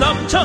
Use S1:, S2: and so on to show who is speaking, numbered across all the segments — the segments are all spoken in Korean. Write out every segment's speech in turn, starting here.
S1: 닥쳐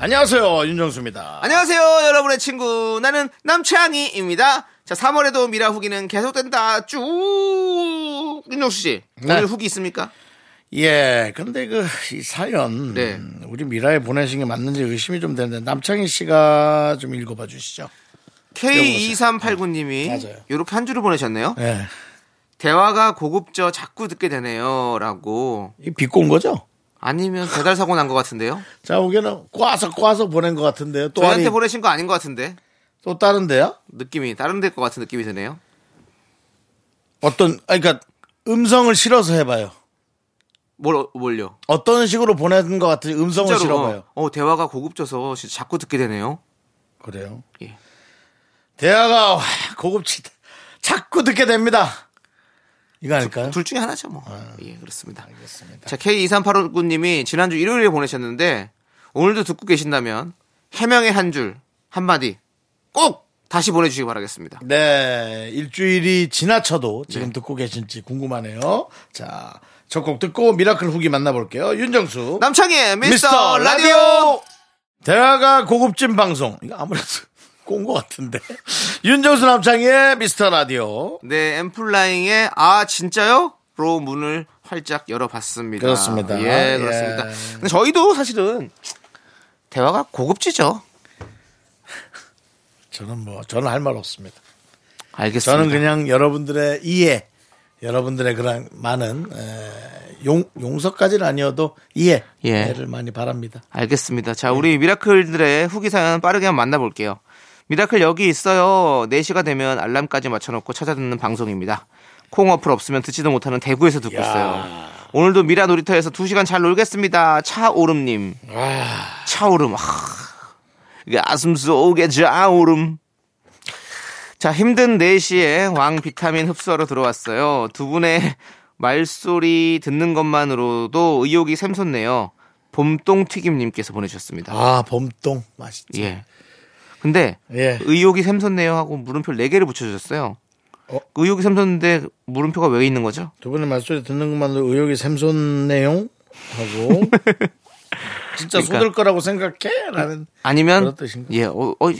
S2: 안녕하세요 윤정수입니다.
S3: 안녕하세요, 여러분의 친구. 나는 남창희입니다. 자, 3월에도 미라 후기는 계속된다. 쭉. 윤정수 씨,
S2: 네.
S3: 오늘 후기 있습니까?
S2: 예, 근데 그 이 사연
S3: 네.
S2: 음, 우리 미라에 보내신 게 맞는지 의심이 좀 되는데 남창희 씨가 좀 읽어봐 주시죠. 맞아요. 네,
S3: K2389님이 이렇게 한 줄을 보내셨네요.
S2: 예,
S3: 대화가 고급져 자꾸 듣게 되네요. 라고.
S2: 이 비꼰 거죠?
S3: 아니면 배달 사고 난 것 같은데요?
S2: 자, 우기는 꽈서 꽈서 보낸 것 같은데요. 또
S3: 저한테
S2: 아니
S3: 보내신 거 아닌 것 같은데.
S2: 또 다른데요?
S3: 느낌이 다른 데것 같은 느낌이 드네요.
S2: 어떤 아 그러니까 음성을 실어서 해봐요.
S3: 뭘 어- 뭘요?
S2: 어떤 식으로 보낸 것 같은지 음성을
S3: 진짜로
S2: 실어봐요.
S3: 어, 어, 대화가 고급져서 진짜 자꾸 듣게 되네요.
S2: 그래요?
S3: 예.
S2: 대화가 와, 고급지다. 자꾸 듣게 됩니다. 이거 아닐까요?
S3: 둘 중에 하나죠 뭐. 예, 그렇습니다. 자, K2385님이 지난주 일요일에 보내셨는데 오늘도 듣고 계신다면 해명의 한 줄, 한마디 꼭 다시 보내주시기 바라겠습니다.
S2: 네, 일주일이 지나쳐도
S3: 네.
S2: 지금 듣고 계신지 궁금하네요. 자, 첫 곡 듣고 미라클 후기 만나볼게요. 윤정수.
S3: 남창희의 미스터,
S2: 미스터
S3: 라디오!
S2: 라디오! 대화가 고급진 방송. 이거 아무래도 꼰 것 같은데. 윤정수 남창희의 미스터 라디오.
S3: 네, 엠플라잉의 아, 진짜요? 로 문을 활짝 열어봤습니다.
S2: 그렇습니다.
S3: 예,
S2: 예.
S3: 그렇습니다. 근데 저희도 사실은 대화가 고급지죠.
S2: 저는 뭐, 저는 할 말 없습니다.
S3: 알겠습니다.
S2: 저는 그냥 여러분들의 이해, 여러분들의 그런 많은 에, 용, 용서까지는 아니어도 이해,
S3: 예.
S2: 를 많이 바랍니다.
S3: 알겠습니다. 자, 우리 미라클들의 후기 사연 빠르게 한번 만나볼게요. 미라클 여기 있어요. 4시가 되면 알람까지 맞춰놓고 찾아듣는 방송입니다. 콩 어플 없으면 듣지도 못하는 대구에서 듣고 있어요. 오늘도 미라 놀이터에서 2시간 잘 놀겠습니다. 차오름님. 차오름. 아, 이게 아슴 속에 자오름. 자, 힘든 4시에 왕 비타민 흡수하러 들어왔어요. 두 분의 말소리 듣는 것만으로도 의욕이 샘솟네요. 봄똥튀김님께서 보내주셨습니다.
S2: 아, 봄동 맛있지.
S3: 예. 근데
S2: 예.
S3: 의욕이 샘솟네요 하고 물음표 4개를 붙여주셨어요.
S2: 어?
S3: 의욕이 샘솟는데 물음표가 왜 있는 거죠?
S2: 두 분의 말소리 듣는 것만으로 의욕이 샘솟네요 하고 진짜
S3: 그러니까.
S2: 쏟을 거라고 생각해라는
S3: 아니면
S2: 그런 뜻인가?
S3: 예, 어, 어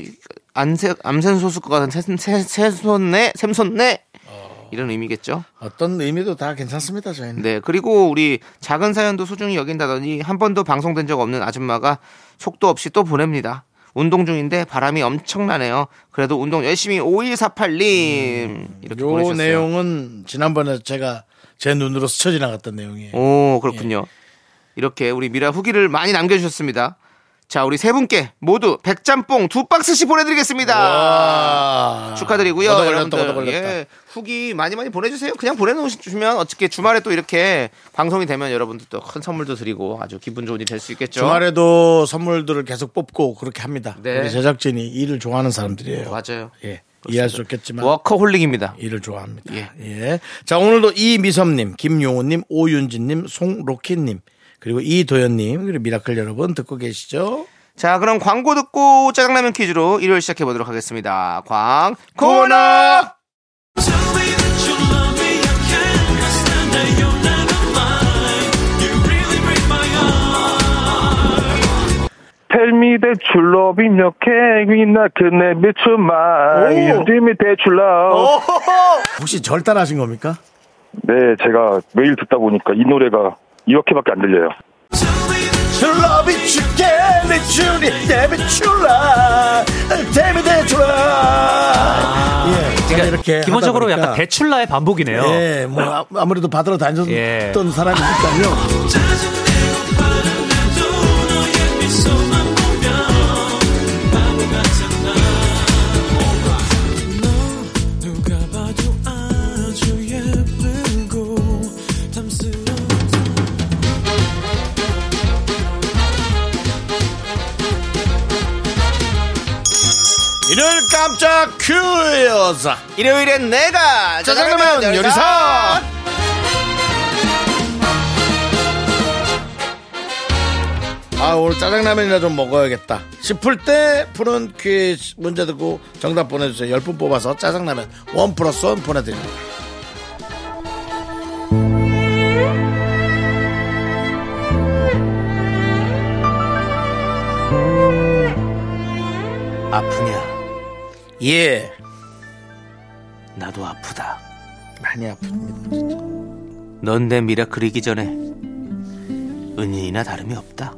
S3: 안세 암센소수 것 같은 샘- 샘- 샘솟네 샘솟네
S2: 아.
S3: 이런 의미겠죠.
S2: 어떤 의미도 다 괜찮습니다 저희는.
S3: 네, 그리고 우리 작은 사연도 소중히 여긴다더니 한 번도 방송된 적 없는 아줌마가 속도 없이 또 보냅니다. 운동 중인데 바람이 엄청나네요. 그래도 운동 열심히 5148님 이렇게
S2: 요
S3: 음, 보내셨어요.
S2: 내용은 지난번에 제가 제 눈으로 스쳐 지나갔던 내용이에요.
S3: 오, 그렇군요. 이렇게 우리 미라 후기를 많이 남겨주셨습니다. 자, 우리 세 분께 모두 백짬뽕 두 박스씩 보내드리겠습니다.
S2: 와.
S3: 아, 축하드리고요.
S2: 아, 얻어 걸렸다, 얻어
S3: 여러분들
S2: 걸렸다.
S3: 예, 후기 많이 많이 보내주세요. 그냥 보내놓으시면 어떻게 주말에 또 이렇게 방송이 되면 여러분들 또 큰 선물도 드리고 아주 기분 좋은 일이 될 수 있겠죠.
S2: 주말에도 선물들을 계속 뽑고 그렇게 합니다.
S3: 네.
S2: 우리 제작진이 일을 좋아하는 사람들이에요.
S3: 맞아요. 뭐
S2: 예. 이해할 수 없겠지만
S3: 워커홀릭입니다.
S2: 일을 좋아합니다.
S3: 예.
S2: 예. 자, 오늘도 이미섭님, 김용호님, 오윤진님, 송로키님, 그리고 이도현님, 그리고 미라클 여러분 듣고 계시죠?
S3: 자, 그럼 광고 듣고 짜장라면 퀴즈로 일요일 시작해 보도록 하겠습니다. 광 코너.
S4: Tell me that you love in your cake, me not to never to mine. You tell me that you love.
S5: 어?
S2: 혹시 절 따라하신 겁니까?
S4: 네, 제가 매일 듣다 보니까 이 노래가 이렇게밖에 안 들려요.
S2: 예. 제가 이렇게
S6: 아, 기본적으로
S2: 하다
S6: 약간
S2: 보니까
S6: 대출라의 반복이네요.
S2: 예, 뭐 아- 아무래도 받으러 다녔던
S6: 예.
S2: 사람이니까요. 깜짝 퀴즈
S3: 일요일엔 내가
S2: 짜장라면
S3: 짜장라면
S2: 요리사.
S3: 요리사
S2: 아 오늘 짜장라면이나 좀 먹어야겠다 싶을 때 푸는 퀴즈 문제 듣고 정답 보내주세요 10분 뽑아서 짜장라면 원 플러스 원 보내드립니다
S3: 아프냐
S2: 예
S3: 나도 아프다
S2: 많이 아픕니다
S3: 넌 내 미라클이기 전에 은인이나 다름이 없다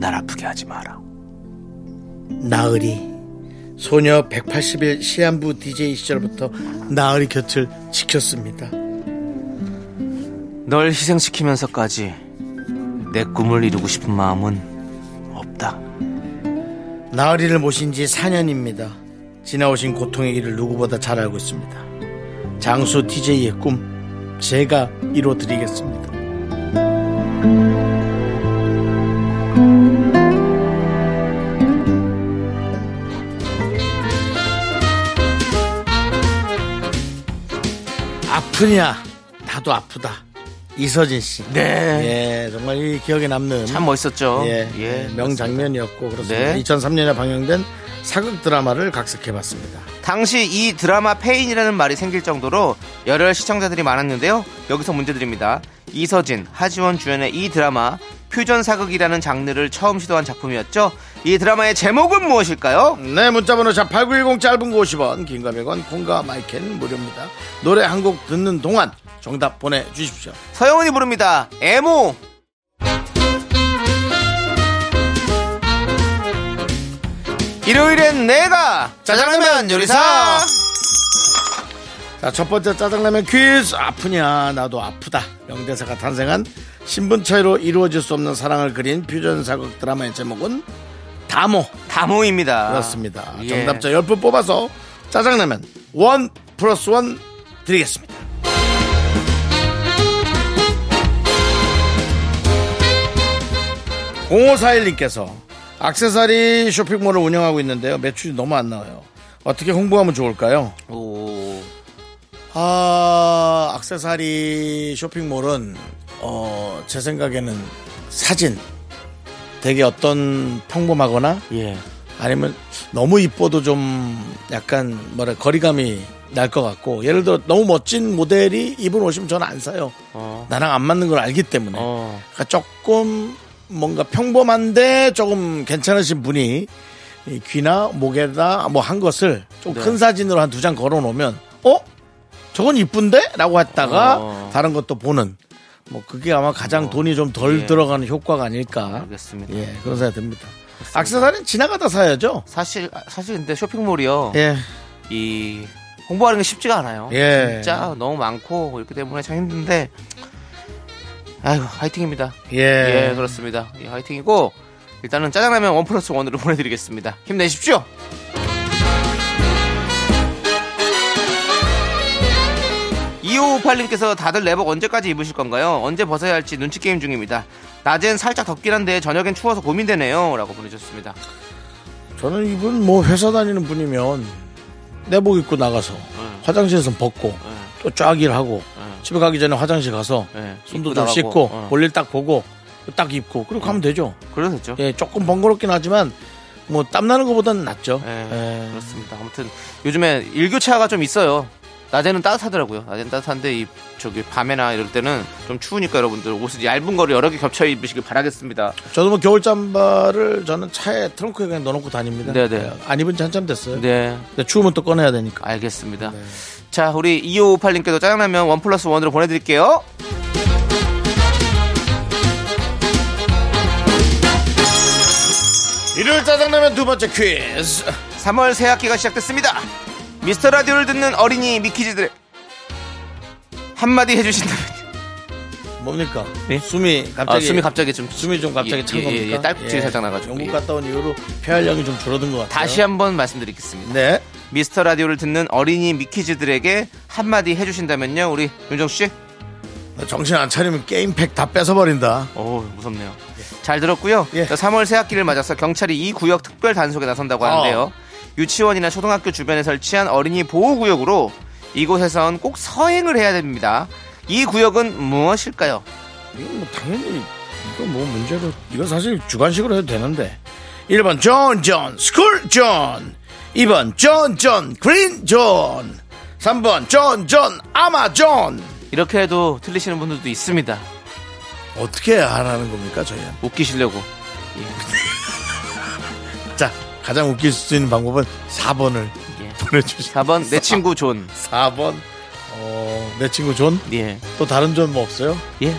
S3: 날 아프게 하지 마라
S2: 나으리 소녀 180일 시한부 DJ 시절부터 나으리 곁을 지켰습니다
S3: 널 희생시키면서까지 내 꿈을 이루고 싶은 마음은 없다
S2: 나으리를 모신 지 4년입니다. 지나오신 고통의 길을 누구보다 잘 알고 있습니다. 장수 DJ의 꿈, 제가 이뤄드리겠습니다. 아프냐? 나도 아프다. 이서진 씨.
S3: 네.
S2: 예, 정말 이 기억에 남는.
S3: 참 멋있었죠
S2: 예,
S3: 예.
S2: 명장면이었고 그렇습니다.
S3: 네.
S2: 2003년에 방영된 사극 드라마를 각색해봤습니다.
S3: 당시 이 드라마 페인이라는 말이 생길 정도로 열혈 시청자들이 많았는데요. 여기서 문제 드립니다. 이서진, 하지원 주연의 이 드라마 퓨전 사극이라는 장르를 처음 시도한 작품이었죠. 이 드라마의 제목은 무엇일까요?
S2: 네, 문자번호 샵8910 짧은 거 50원, 긴가 100원, 콩과 마이캔 무료입니다. 노래 한 곡 듣는 동안 정답 보내주십시오.
S3: 서영은이 부릅니다. 에모. 일요일엔 내가 짜장라면 요리사.
S2: 자, 첫 번째 짜장라면 퀴즈. 아프냐, 나도 아프다. 명대사가 탄생한 신분 차이로 이루어질 수 없는 사랑을 그린 퓨전 사극 드라마의 제목은 다모.
S3: 다모입니다.
S2: 그렇습니다.
S3: 예.
S2: 정답자 10분 뽑아서 짜장라면 원 플러스 원 드리겠습니다. 공5 4 1님께서 악세사리 쇼핑몰을 운영하고 있는데요. 매출이 너무 안 나와요. 어떻게 홍보하면 좋을까요?
S3: 오.
S2: 아, 악세사리 쇼핑몰은 어, 제 생각에는 사진 되게 어떤 평범하거나
S3: 예.
S2: 아니면 너무 이뻐도 좀 약간 뭐랄 거리감이 날 것 같고 예를 들어 너무 멋진 모델이 입은 옷이면 저는 안 사요.
S3: 어.
S2: 나랑 안 맞는 걸 알기 때문에
S3: 어.
S2: 그러니까 조금 뭔가 평범한데 조금 괜찮으신 분이 이 귀나 목에다 뭐 한 것을 좀
S3: 네.
S2: 큰 사진으로 한 두 장 걸어 놓으면 어 저건 이쁜데라고 했다가
S3: 어.
S2: 다른 것도 보는 뭐 그게 아마 가장 돈이 좀 덜
S3: 예.
S2: 들어가는 효과가 아닐까
S3: 알겠습니다.
S2: 예 그런 생각 듭니다 악세사리는 지나가다 사야죠
S3: 사실 아, 사실 근데 쇼핑몰이요.
S2: 예.
S3: 이 홍보하는 게 쉽지가 않아요.
S2: 예.
S3: 진짜 너무 많고 이렇게 때문에 참 힘든데 아이고 화이팅입니다.
S2: 예.
S3: 예, 그렇습니다. 예, 화이팅이고 일단은 짜장라면 원 플러스 원으로 보내드리겠습니다. 힘내십시오. 이호5 8님께서 다들 내복 언제까지 입으실 건가요? 언제 벗어야 할지 눈치 게임 중입니다. 낮엔 살짝 덥긴 한데 저녁엔 추워서 고민되네요. 라고 보내주셨습니다.
S2: 저는 이분 뭐 회사 다니는 분이면 내복 입고 나가서 화장실에서 벗고 또 쫙 일하고 집에 가기 전에 화장실 가서
S3: 예,
S2: 손도
S3: 입고
S2: 좀
S3: 나가고,
S2: 씻고
S3: 어.
S2: 볼일 딱 보고 딱 입고 그리고 가면 되죠.
S3: 그래도 됐죠?
S2: 예, 조금 번거롭긴 하지만 뭐 땀나는 것보다는 낫죠.
S3: 예,
S2: 예.
S3: 그렇습니다. 아무튼 요즘에 일교차가 좀 있어요. 낮에는 따뜻하더라고요. 낮에는 따뜻한데 이 저기 밤에나 이럴 때는 좀 추우니까 여러분들 옷을 얇은 거를 여러 개 겹쳐 입으시길 바라겠습니다.
S2: 저도 뭐 겨울 잠바를 저는 차에 트렁크에 그냥 넣어놓고 다닙니다.
S3: 네, 네.
S2: 예, 안 입은 지 한참 됐어요.
S3: 네,
S2: 근데 추우면 또 꺼내야 되니까.
S3: 알겠습니다.
S2: 네.
S3: 자, 우리 2558님께도 짜장라면 원 플러스 원으로 보내드릴게요.
S2: 일요일 짜장라면 두 번째 퀴즈.
S3: 3월 새 학기가 시작됐습니다. 미스터 라디오를 듣는 어린이 미키즈들 한마디 해주신다면
S2: 뭡니까?
S3: 예?
S2: 숨이
S3: 아,
S2: 갑자기
S3: 숨이 갑자기 좀
S2: 숨이 좀 갑자기
S3: 예,
S2: 찬
S3: 예,
S2: 겁니까?
S3: 예, 딸꾹질이 살짝 나가지고.
S2: 영국
S3: 예.
S2: 갔다 온 이후로 폐활량이 좀 줄어든 것 같아요.
S3: 다시 한번 말씀드리겠습니다.
S2: 네.
S3: 미스터 라디오를 듣는 어린이 미키즈들에게 한마디 해주신다면요, 우리 윤정 씨.
S2: 정신 안 차리면 게임팩 다 뺏어버린다.
S3: 오 무섭네요. 잘 들었고요.
S2: 예.
S3: 3월 새 학기를 맞아서 경찰이 이 구역 특별 단속에 나선다고 하는데요. 유치원이나 초등학교 주변에 설치한 어린이 보호구역으로 이곳에선 꼭 서행을 해야 됩니다. 이 구역은 무엇일까요?
S2: 이건 뭐 당연히 이거 뭐 문제로 이건 사실 주관식으로 해도 되는데 1번 존존 스쿨 존 2번 존존 그린 존 3번 존존 아마 존
S3: 이렇게 해도 틀리시는 분들도 있습니다.
S2: 어떻게 하라는 겁니까 저희는
S3: 웃기시려고.
S2: 자 가장 웃길 수 있는 방법은 4번을
S3: 예.
S2: 보내주시죠
S3: 4번 내 친구 존.
S2: 4번 어, 내 친구 존 또
S3: 예.
S2: 다른 존 뭐 없어요?
S3: 예.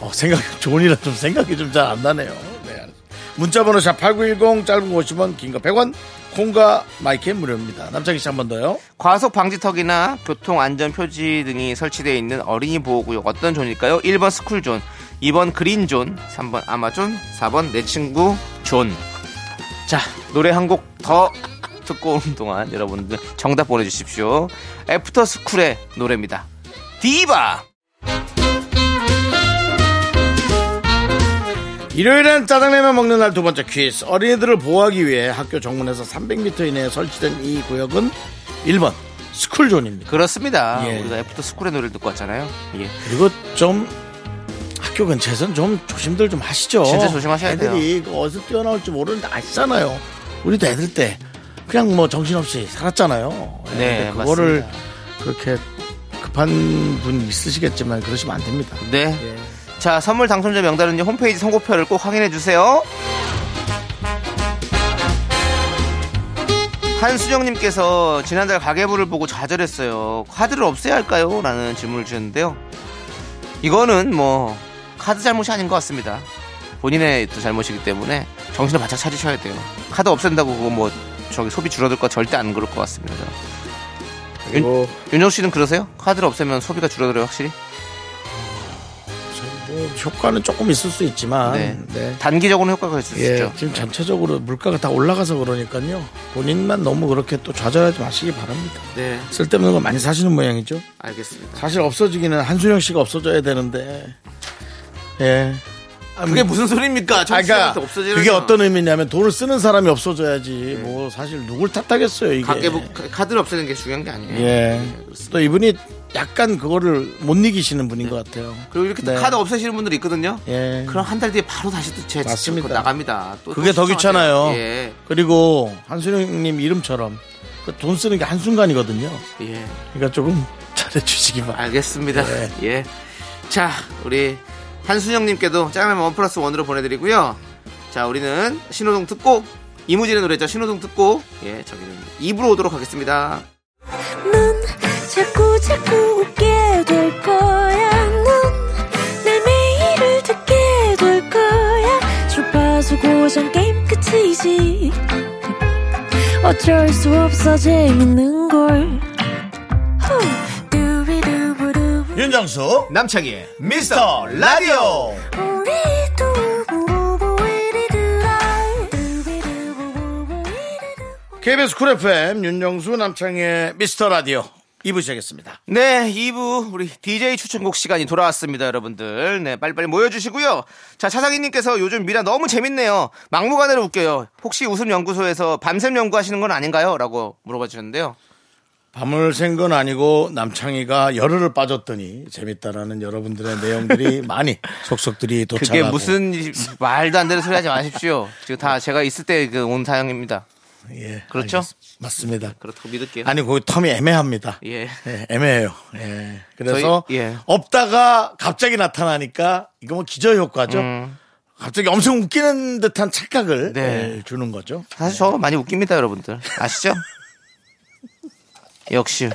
S2: 어, 생각 존이라 좀 생각이 좀 잘 안 나네요. 네. 문자번호 샵 #8910 짧은 거 50원, 긴 거 100원. 콩과 마이크 무료입니다. 남창희 씨 한 번 더요.
S3: 과속 방지턱이나 교통 안전 표지 등이 설치되어 있는 어린이 보호구역 어떤 존일까요? 1번 스쿨존, 2번 그린존, 3번 아마존, 4번 내 친구 존. 자, 노래 한 곡 더 듣고 오는 동안 여러분들 정답 보내주십시오. 애프터 스쿨의 노래입니다. 디바!
S2: 일요일엔 짜장라면 먹는 날 두 번째 퀴즈. 어린이들을 보호하기 위해 학교 정문에서 300m 이내에 설치된 이 구역은 1번 스쿨존입니다.
S3: 그렇습니다.
S2: 예.
S3: 우리가 애프터 스쿨의 노래를 듣고 왔잖아요. 예.
S2: 그리고 좀 학교 근처에선 좀 조심들 좀 하시죠.
S3: 진짜 조심하셔야 돼요.
S2: 애들이 그 어디서 뛰어나올지 모르는데 아시잖아요. 우리도 애들 때 그냥 뭐 정신없이 살았잖아요. 예,
S3: 네,
S2: 근데 그거를
S3: 맞습니다.
S2: 그렇게 급한 분 있으시겠지만 그러시면 안 됩니다.
S3: 네.
S2: 예.
S3: 자, 선물 당첨자 명단은요, 홈페이지 선고표를 꼭 확인해주세요. 한수정님께서 지난달 가계부를 보고 좌절했어요. 카드를 없애야 할까요? 라는 질문을 주셨는데요. 이거는 뭐, 카드 잘못이 아닌 것 같습니다. 본인의 또 잘못이기 때문에 정신을 바짝 차리셔야 돼요. 카드 없앤다고 그거 뭐, 저기 소비 줄어들 거 절대 안 그럴 것 같습니다.
S2: 그리고
S3: 윤정 씨는 그러세요? 카드를 없애면 소비가 줄어들어요, 확실히?
S2: 뭐 효과는 조금 있을 수 있지만
S3: 네.
S2: 네.
S3: 단기적으로는 효과가 있을 수
S2: 예,
S3: 있죠.
S2: 지금 전체적으로 물가가 다 올라가서 그러니까요. 본인만 너무 그렇게 또 좌절하지 마시기 바랍니다.
S3: 네,
S2: 쓸데없는 거 많이 사시는 모양이죠.
S3: 알겠습니다.
S2: 사실 없어지기는 한순영 씨가 없어져야 되는데 예 아,
S3: 그게
S2: 뭐,
S3: 무슨 소리입니까?
S2: 아, 그러니까
S3: 청취자한테 없어지는
S2: 그게 어떤 의미냐면 돈을 쓰는 사람이 없어져야지 뭐 사실 누굴 탓하겠어요 이게
S3: 가계부 뭐 카드를 없애는 게 중요한 게 아니에요.
S2: 예. 예또 이분이 약간 그거를 못 이기시는 분인 것 같아요
S3: 그리고 이렇게 또
S2: 네.
S3: 카드 없애시는 분들이 있거든요.
S2: 예
S3: 그럼 한 달 뒤에 바로 다시 또제 집으로
S2: 맞습니다.
S3: 나갑니다. 또,
S2: 그게
S3: 또
S2: 더
S3: 신청하세요.
S2: 귀찮아요
S3: 예,
S2: 그리고 한순영님 이름처럼 그돈 쓰는 게 한순간이거든요
S3: 예,
S2: 그러니까 조금 잘해주시기 바랍니다
S3: 알겠습니다.
S2: 네.
S3: 예. 자, 우리 한순영님께도 짜장면 원 플러스 원으로 보내드리고요. 자, 우리는 신호등 듣고 이무진의 노래죠. 신호등 듣고 예, 저기는 입으로 오도록 하겠습니다.
S6: 넌 자꾸 자꾸 웃게 될 거야. 넌내 매일을 듣게 될 거야. 주파수 고정 게임 끝이지. 어쩔 수 없어 재밌는 걸. 후. 두비두부두.
S2: 윤정수
S3: 남창희의
S2: 미스터 라디오
S6: 우리 두부부부 우리 두라. 두비두부부부 우리 두라.
S2: KBS 쿨 FM 윤정수 남창의 미스터 라디오 2부 시작했습니다.
S3: 네, 2부 우리 DJ 추천곡 시간이 돌아왔습니다, 여러분들. 네, 빨리빨리 모여주시고요. 자, 차상희님께서 요즘 미라 너무 재밌네요. 막무가내로 웃겨요. 혹시 웃음 연구소에서 밤샘 연구하시는 건 아닌가요?라고 물어봐 주셨는데요.
S2: 밤을 샌 건 아니고 남창희가 열흘을 빠졌더니 재밌다라는 여러분들의 내용들이 많이 속속들이 도착하고
S3: 그게 무슨 일- 말도 안 되는 소리 하지 마십시오. 지금 다 제가 있을 때 그 온 사연입니다.
S2: 예,
S3: 그렇죠?
S2: 알겠습니다. 맞습니다.
S3: 그렇다고 믿을게요.
S2: 아니 그 텀이 애매합니다.
S3: 예.
S2: 예, 애매해요. 예. 그래서
S3: 저희- 예.
S2: 없다가 갑자기 나타나니까 이거 뭐 기저 효과죠. 갑자기 엄청 웃기는 듯한 착각을
S3: 음. 네.
S2: 예, 주는 거죠.
S3: 사실 저 많이 웃깁니다, 여러분들. 아시죠? 역시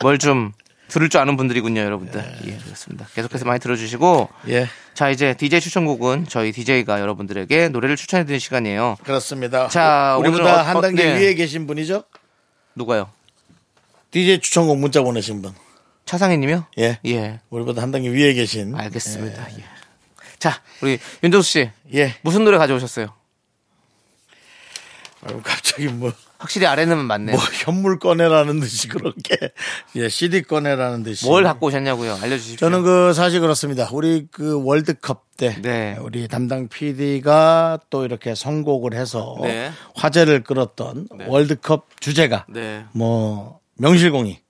S3: 뭘 좀 들을 줄 아는 분들이군요, 여러분들. 예, 그렇습니다. 계속해서 많이 들어주시고
S2: 예.
S3: 자 이제 DJ 추천곡은 저희 DJ가 여러분들에게 노래를 추천해드리는 시간이에요.
S2: 그렇습니다.
S3: 자, 오늘은
S2: 우리보다
S3: 어-
S2: 한
S3: 어-
S2: 단계
S3: 네.
S2: 위에 계신 분이죠?
S3: 누가요?
S2: DJ 추천곡 문자 보내신 분.
S3: 차상희님이요?
S2: 예.
S3: 예.
S2: 우리보다 한 단계 위에 계신.
S3: 알겠습니다. 예. 자 우리 윤정수 씨
S2: 예.
S3: 무슨 노래 가져오셨어요?
S2: 아유, 갑자기 뭐.
S3: 확실히 아래는 맞네요.
S2: 뭐 현물 꺼내라는 듯이 그렇게 예 CD 꺼내라는 듯이
S3: 뭘 갖고 오셨냐고요? 알려주십시오.
S2: 저는 그 사실 그렇습니다. 우리 그 월드컵 때
S3: 네.
S2: 우리 담당 PD가 또 이렇게 선곡을 해서
S3: 네.
S2: 화제를 끌었던 월드컵 주제가
S3: 네.
S2: 뭐 명실공히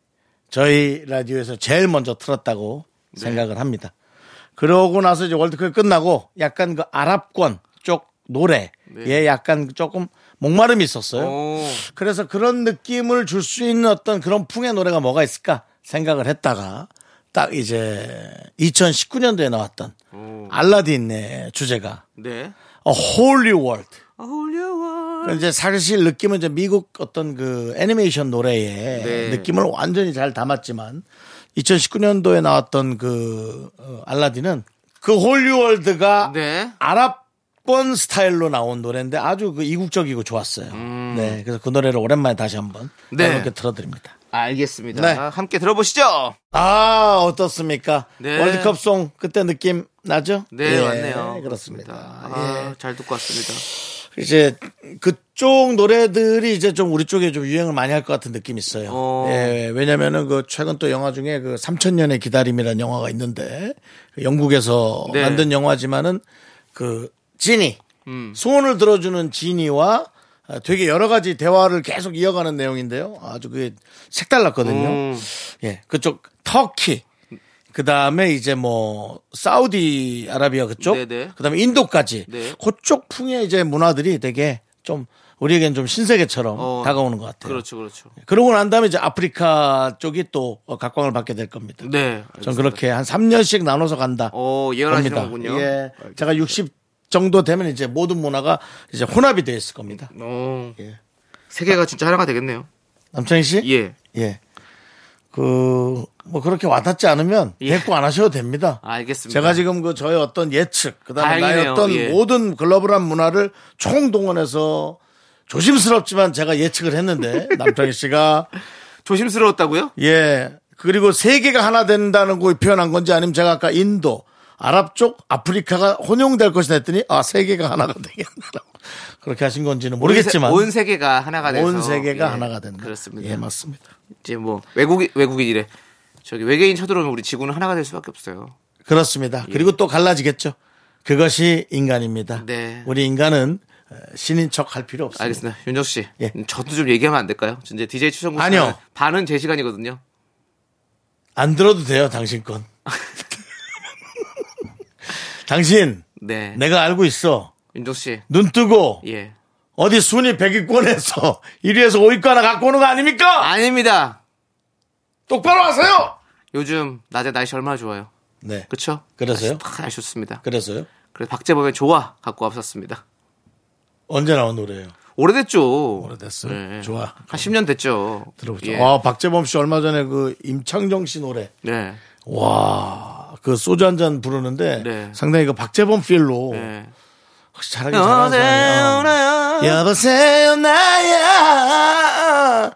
S2: 저희 라디오에서 제일 먼저 틀었다고
S3: 네.
S2: 생각을 합니다. 그러고 나서 이제 월드컵이 끝나고 약간 그 아랍권 쪽 노래에 약간 조금 목마름이 있었어요.
S3: 네. 오.
S2: 그래서 그런 느낌을 줄 수 있는 어떤 그런 풍의 노래가 뭐가 있을까 생각을 했다가 딱 이제 2019년도에 나왔던
S3: 음.
S2: 알라딘의 주제가
S3: 네.
S2: A Holy World. 이제 사실 느낌은 이제 미국 어떤 그 애니메이션 노래의
S3: 네.
S2: 느낌을 완전히 잘 담았지만 2019년도에 나왔던 그 어, 알라딘은 그 홀리월드가
S3: 네.
S2: 아랍권 스타일로 나온 노래인데 아주 그 이국적이고 좋았어요. 네, 그래서 그 노래를 오랜만에 다시 한번
S3: 음. 네.
S2: 여러분께 들어드립니다.
S3: 알겠습니다.
S2: 네.
S3: 아, 함께 들어보시죠.
S2: 아 어떻습니까?
S3: 네.
S2: 월드컵송 그때 느낌 나죠?
S3: 네,
S2: 예,
S3: 맞네요.
S2: 그렇습니다. 예.
S3: 아, 잘 듣고 왔습니다.
S2: 이제 그쪽 노래들이 이제 좀 우리 쪽에 좀 유행을 많이 할 것 같은 느낌이 있어요.
S3: 어.
S2: 예, 왜냐면은 그 최근 또 영화 중에 그 3000년의 기다림이라는 영화가 있는데 그 영국에서
S3: 네.
S2: 만든 영화지만은 그 지니
S3: 음.
S2: 소원을 들어주는 지니와 아, 되게 여러 가지 대화를 계속 이어가는 내용인데요. 아주 그게 색달랐거든요.
S3: 음.
S2: 예, 그쪽 터키. 그 다음에 이제 뭐 사우디 아라비아 그쪽,
S3: 네네.
S2: 그 다음에 인도까지
S3: 네.
S2: 그쪽 풍의 이제 문화들이 되게 좀 우리에겐 좀 신세계처럼
S3: 어,
S2: 다가오는 것 같아요.
S3: 그렇죠, 그렇죠.
S2: 그러고 난 다음에 이제 아프리카 쪽이 또 각광을 받게 될 겁니다.
S3: 네.
S2: 전 그렇게 한 3년씩 나눠서 간다.
S3: 어, 예언하시는군요.
S2: 예, 제가 60 정도 되면 이제 모든 문화가 이제 혼합이 되어 있을 겁니다.
S3: 어.
S2: 예.
S3: 세계가 진짜 하나가 되겠네요.
S2: 남창희 씨?
S3: 예.
S2: 예. 그, 뭐 그렇게 와닿지 않으면
S3: 예. 아,
S2: 대꾸 안 하셔도 됩니다.
S3: 알겠습니다.
S2: 제가 지금 그 저의 어떤 예측, 그 다음에 나의
S3: 다행이네요.
S2: 어떤
S3: 예.
S2: 모든 글로벌한 문화를 총동원해서 조심스럽지만 제가 예측을 했는데 남창희 씨가
S3: 조심스러웠다고요?
S2: 예. 그리고 세계가 하나 된다는 걸 표현한 건지 아니면 제가 아까 인도, 아랍 쪽, 아프리카가 혼용될 것이다 했더니 아, 세계가 하나가 되겠다고 그렇게 하신 건지는 모르겠지만
S3: 온 세계가 하나가 돼서
S2: 온 세계가
S3: 예,
S2: 하나가 된다.
S3: 그렇습니다.
S2: 예, 맞습니다.
S3: 이제 뭐 외국인 외국인이래. 저기 외계인 쳐들어오면 우리 지구는 하나가 될 수밖에 없어요.
S2: 그렇습니다.
S3: 예.
S2: 그리고 또 갈라지겠죠. 그것이 인간입니다.
S3: 네.
S2: 우리 인간은 어, 신인 척 할 필요 없습니다.
S3: 알겠습니다. 윤정 씨.
S2: 예.
S3: 저도 좀 얘기하면 안 될까요? 저 이제 DJ 추천곡
S2: 아니요.
S3: 시간은 반은 제 시간이거든요.
S2: 안 들어도 돼요, 당신 건. 당신,
S3: 네.
S2: 내가 알고 있어.
S3: 윤정 씨.
S2: 눈 뜨고
S3: 예.
S2: 어디 순위 100위권에서 1위에서 5위권 하나 갖고 오는 거 아닙니까?
S3: 아닙니다.
S2: 똑바로 하세요.
S3: 요즘 낮에 날씨 얼마나 좋아요.
S2: 네.
S3: 그렇죠?
S2: 그래서요?
S3: 날씨 좋습니다.
S2: 그래서요?
S3: 그래서 박재범의 좋아 갖고 왔었습니다.
S2: 언제 나온 노래예요?
S3: 오래됐죠.
S2: 오래됐어요?
S3: 예.
S2: 좋아.
S3: 한 10년 됐죠.
S2: 들어보죠.
S3: 예.
S2: 아, 박재범 씨 얼마 전에 그 임창정 씨 노래.
S3: 네.
S2: 와, 그 소주 한 잔 부르는데
S3: 네.
S2: 상당히 그 박재범 필로
S3: 네.
S2: 혹시 잘하긴 잘하는 사람이야. 예. 여보세요 나야.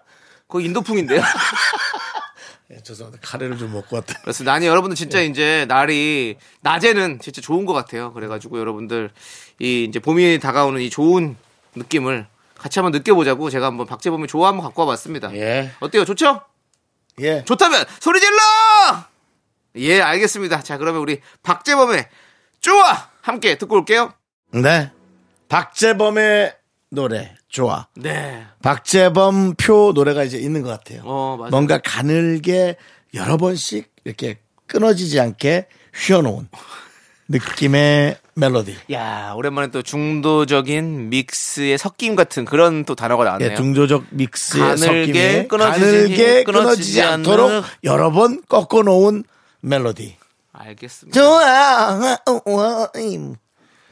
S3: 그 인도풍인데요.
S2: 예, 죄송합니다. 카레를 좀 먹고 왔다.
S3: 그래서 아니 여러분들
S2: 예.
S3: 진짜 이제 날이 낮에는 진짜 좋은 것 같아요. 그래가지고 여러분들 이 이제 봄이 다가오는 이 좋은 느낌을 같이 한번 느껴보자고 제가 한번 박재범이 좋아 한번 갖고 와봤습니다.
S2: 예.
S3: 어때요? 좋죠?
S2: 예.
S3: 좋다면 소리 질러! 예, 알겠습니다. 자, 그러면 우리 박재범의 좋아 함께 듣고 올게요.
S2: 네. 박재범의 노래 좋아.
S3: 네,
S2: 박재범 표 노래가 이제 있는 것 같아요.
S3: 어, 맞아요.
S2: 뭔가 가늘게 여러 번씩 이렇게 끊어지지 않게 휘어놓은 느낌의 멜로디. 예,
S3: 야 오랜만에 또 중도적인 믹스의 섞임 같은 그런 또 단어가 나왔네요.
S2: 예, 중조적 믹스의
S3: 가늘게
S2: 섞임에
S3: 끊어지지-
S2: 가늘게
S3: 끊어지지
S2: 끊어지지 않도록
S3: 않는-
S2: 여러 번 꺾어놓은 멜로디.
S3: 알겠습니다.
S2: 좋아, 우와, 임.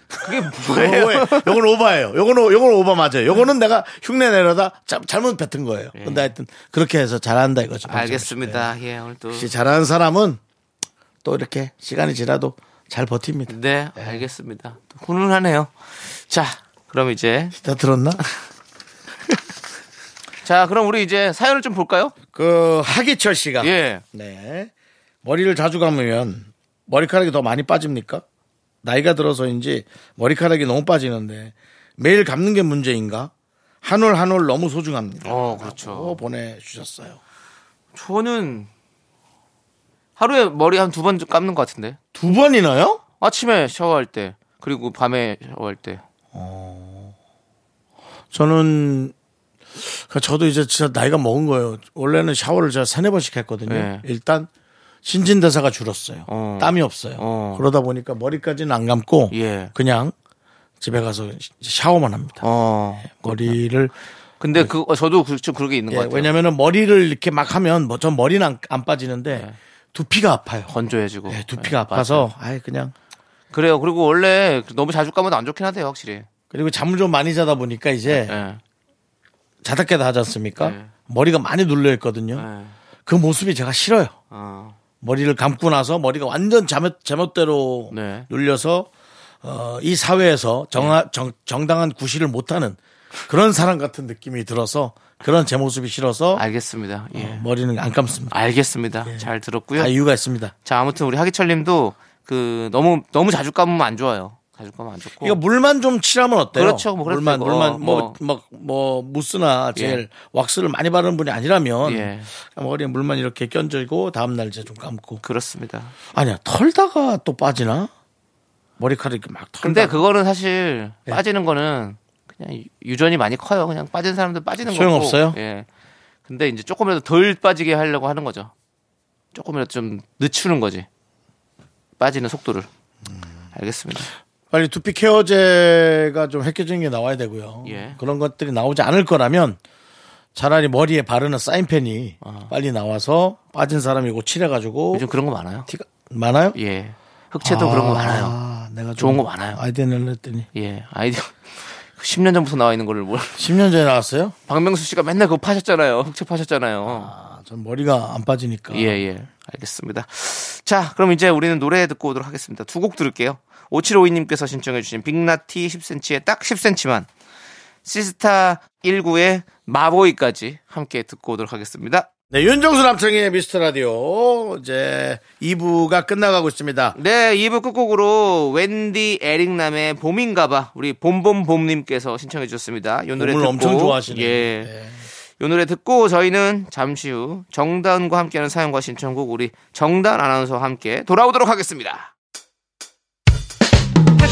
S3: 그게
S2: 어, 왜?
S3: 뭐예요?
S2: 요건 오바예요. 요건, 오- 요건 오바 맞아요. 요거는 내가 흉내 내려다 자- 잘못 뱉은 거예요. 근데 하여튼 그렇게 해서 잘한다 이거죠.
S3: 알겠습니다. 예, 오늘 또.
S2: 역시 잘하는 사람은 또 이렇게 시간이 지나도 잘 버팁니다.
S3: 네, 알겠습니다. 또 훈훈하네요. 자, 그럼 이제.
S2: 다 들었나?
S3: 자, 그럼 우리 이제 사연을 좀 볼까요?
S2: 그 하기철 씨가
S3: 예.
S2: 네 머리를 자주 감으면 머리카락이 더 많이 빠집니까? 나이가 들어서인지 머리카락이 너무 빠지는데 매일 감는 게 문제인가? 한 올 한 올 너무 소중합니다.
S3: 어, 그렇죠.
S2: 라고 보내주셨어요.
S3: 저는 하루에 머리 한 두 번 감는 것 같은데.
S2: 두 번이나요?
S3: 아침에 샤워할 때 그리고 밤에 샤워할 때.
S2: 저는 그러니까 저도 이제 진짜 나이가 먹은 거예요. 원래는 샤워를 제가 세네 번씩 했거든요.
S3: 네.
S2: 일단 신진대사가 줄었어요.
S3: 어.
S2: 땀이 없어요.
S3: 어.
S2: 그러다 보니까 머리까지는 안 감고
S3: 예.
S2: 그냥 집에 가서 시- 샤워만 합니다.
S3: 어.
S2: 머리를
S3: 근데 그 어, 저도 그, 좀 그런 게 있는 것
S2: 예,
S3: 같아요.
S2: 왜냐면은 머리를 이렇게 막 하면 뭐 전 머리는 안, 안 빠지는데 두피가 아파요.
S3: 네. 건조해지고.
S2: 예,
S3: 예,
S2: 두피가 아파서 아예 그냥
S3: 맞아요. 그래요. 그리고 원래 너무 자주 감으면 안 좋긴 하대요, 확실히.
S2: 그리고 잠을 좀 많이 자다 보니까 이제
S3: 예.
S2: 자다 깨다 하지 않습니까?
S3: 네.
S2: 머리가 많이 눌려 있거든요.
S3: 예.
S2: 그 모습이 제가 싫어요.
S3: 어.
S2: 머리를 감고 나서 머리가 완전 잘못, 잘못대로
S3: 네.
S2: 눌려서 어, 이 사회에서 정하, 정, 정당한 구실을 못하는 그런 사람 같은 느낌이 들어서 그런 제 모습이 싫어서
S3: 알겠습니다. 예. 아,
S2: 어, 예. 머리는 안 감습니다.
S3: 알겠습니다. 잘 들었고요. 뭐.
S2: 다 이유가 있습니다.
S3: 자, 아무튼 우리 하기철 님도 그 너무 너무 자주 감으면 안 좋아요. 자주 감으면 안 좋고.
S2: 이거 뭐 그러니까 물만 좀 칠하면 어때요?
S3: 그렇죠. 뭐 그래도
S2: 물만
S3: 되고.
S2: 물만
S3: 뭐.
S2: 뭐막뭐 무스나 제일 왁스를 많이 바르는 분이 아니라면
S3: 예.
S2: 머리에 물만 이렇게 껴들고 다음 날 이제 좀 감고
S3: 그렇습니다.
S2: 아니야 털다가 또 빠지나 머리카락 이렇게 막 털다. 예.
S3: 근데 그거는 사실 빠지는 거는 그냥 유- 유전이 많이 커요. 그냥 빠진 사람들 빠지는 거고.
S2: 소용없어요?
S3: 예. 근데 이제 조금이라도 덜 빠지게 하려고 하는 거죠. 조금이라도 좀 늦추는 거지. 빠지는 속도를.
S2: 음.
S3: 알겠습니다.
S2: 빨리 두피 케어제가 좀 획기적인 게 나와야 되고요.
S3: 예.
S2: 그런 것들이 나오지 않을 거라면 차라리 머리에 바르는 사인펜이 빨리 나와서 빠진 사람이고 칠해가지고
S3: 아. 요즘 그런 거 많아요.
S2: 티가 많아요?
S3: 예. 흑채도 그런 거 많아요.
S2: 아, 내가 좀
S3: 좋은 거 많아요.
S2: 아이디어 냈더니
S3: 예. 아이디어 10년 전부터 나와 있는 거를 뭘
S2: 10년 전에 나왔어요?
S3: 박명수 씨가 맨날 그거 파셨잖아요. 흑채 파셨잖아요.
S2: 아, 전 머리가 안 빠지니까.
S3: 예, 예. 알겠습니다. 자, 그럼 이제 우리는 노래 듣고 오도록 하겠습니다. 두 곡 들을게요. 5752님께서 신청해주신 빅나티 10cm에 딱 10cm만. 시스타 19의 마보이까지 함께 듣고 오도록 하겠습니다.
S2: 네, 윤정수 남창의 미스터 라디오 이제 2부가 끝나가고 있습니다.
S3: 네, 2부 끝곡으로 wendy 에릭남의 봄인가봐. 우리 봄봄봄님께서 신청해주셨습니다. 이 노래
S2: 오늘
S3: 듣고.
S2: 엄청 좋아하시네요.
S3: 예.
S2: 네.
S3: 이 노래 듣고 저희는 잠시 후 정다은과 함께하는 사연과 신청곡 우리 정다은 아나운서와 함께 돌아오도록 하겠습니다.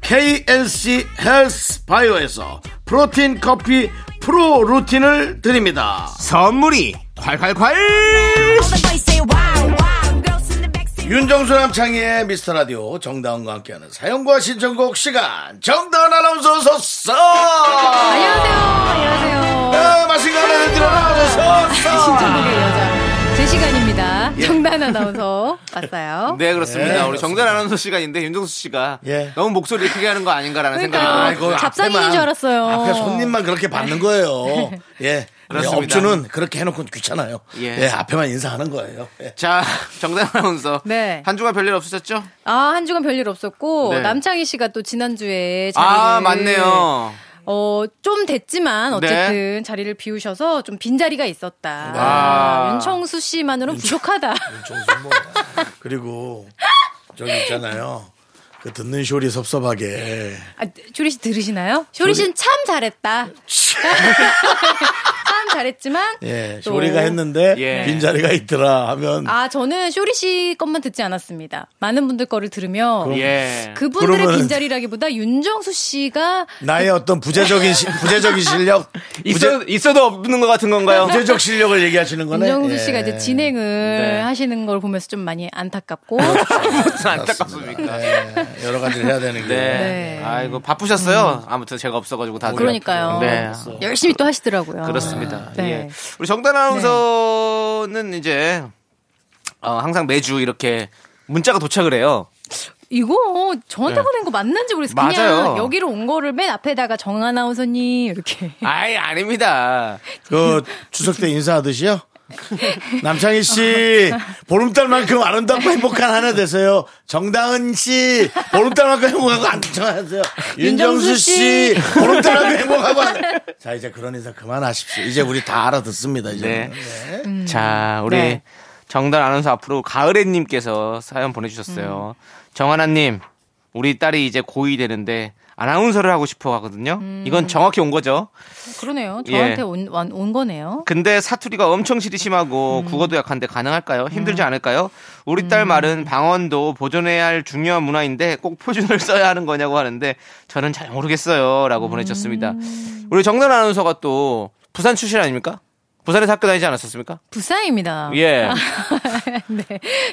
S2: KNC 헬스 바이오에서 프로틴 커피 프로 루틴을 드립니다
S3: 선물이 콸콸콸!
S6: All the boys say wow wow girls in the back say
S2: 윤정수 남창희의 미스터 라디오 정다운과 함께하는 사연과 신청곡 시간 정다운 아나운서 어서 써 안녕하세요 안녕하세요 아, 맛있는 거 하나 들어라 어서
S7: 신청곡의 그 여자 제 시간입니다. 정단 아나운서 왔어요.
S3: 네 그렇습니다.
S2: 네,
S3: 우리 정전 아나운서 시간인데 윤종수 씨가
S2: 예.
S3: 너무 목소리 크게 하는 거 아닌가라는
S7: 그러니까
S3: 생각이 들어요.
S2: 아이고,
S7: 잡상인인
S2: 앞에만,
S7: 줄 알았어요.
S2: 앞에 손님만 그렇게 받는 거예요 예
S3: 그렇습니다.
S2: 업주는 그렇게 해놓고 귀찮아요.
S3: 예.
S2: 예, 앞에만 인사하는 거예요. 예.
S3: 자, 정단 아나운서.
S7: 네.
S3: 한 주간 별일 없으셨죠?
S7: 아, 한 주간 별일 없었고
S3: 네.
S7: 남창희 씨가 또 지난주에 자리를
S3: 아, 맞네요.
S7: 어, 좀 됐지만 어쨌든
S3: 네.
S7: 자리를 비우셔서 좀 빈자리가 있었다.
S3: 와.
S7: 윤청수 씨만으로는 부족하다. 아,
S2: 정수 뭐. 그리고 저기 있잖아요. 그 듣는 쇼리 섭섭하게
S7: 아, 쇼리 씨 들으시나요? 쇼리 씨는 참 잘했다. 참 잘했지만
S2: 예,
S7: 또-
S2: 쇼리가 했는데
S3: 예.
S2: 빈자리가 있더라 하면
S7: 아, 저는 쇼리 씨 것만 듣지 않았습니다. 많은 분들 거를 들으며
S3: 예.
S7: 그분들의
S2: 그러면은-
S7: 빈자리라기보다 윤정수 씨가
S2: 나의 어떤 부재적인 시- 부재적인 실력
S3: 있어, 있어도 없는 것 같은 건가요?
S2: 부재적 실력을 얘기하시는 거네.
S7: 윤정수
S2: 예.
S7: 씨가 이제 진행을
S3: 네.
S7: 하시는 걸 보면서 좀 많이 안타깝고
S3: 무슨 안타깝습니까?
S2: 예, 여러 가지를 해야 되는 게.
S3: 네.
S7: 네. 음.
S3: 아이고, 바쁘셨어요? 아무튼 제가 없어가지고 다들.
S7: 그러니까요.
S3: 네.
S7: 열심히 또 하시더라고요.
S3: 그렇습니다.
S7: 네.
S3: 예. 우리 정단 아나운서는 이제, 어, 항상 매주 이렇게 문자가 도착을 해요.
S7: 이거 저한테
S3: 네.
S7: 보낸 거 맞는지 모르겠어요.
S3: 맞아요.
S7: 그냥 여기로 온 거를 맨 앞에다가 정 아나운서님 이렇게
S3: 아이, 아닙니다.
S2: 그 추석 때 인사하듯이요. 남창희 씨 보름달만큼 아름답고 행복한 한 해 되세요. 정다은 씨 보름달만큼 행복하고 안정하세요. 윤정수
S7: 윤정수
S2: 씨
S7: 씨.
S2: 보름달만큼 행복하고 안- 자 이제 그런 인사 그만하십시오. 이제 우리 다 알아듣습니다. 이제.
S3: 네.
S2: 네.
S3: 자, 우리
S7: 네.
S3: 정단 아나운서 앞으로 가을애님께서 사연 보내주셨어요. 정하나님, 우리 딸이 이제 고2 되는데 아나운서를 하고 싶어 하거든요. 이건 정확히 온 거죠.
S7: 그러네요.
S3: 예.
S7: 저한테 온, 완- 온 거네요.
S3: 근데 사투리가 엄청 실이 심하고 국어도 약한데 가능할까요? 힘들지 않을까요? 우리 딸 말은 방언도 보존해야 할 중요한 문화인데 꼭 표준을 써야 하는 거냐고 하는데 저는 잘 모르겠어요. 라고 보내주셨습니다. 우리 정단 아나운서가 또 부산 출신 아닙니까? 부산에서 학교 다니지 않았었습니까?
S7: 부산입니다.
S3: 예.
S7: 네.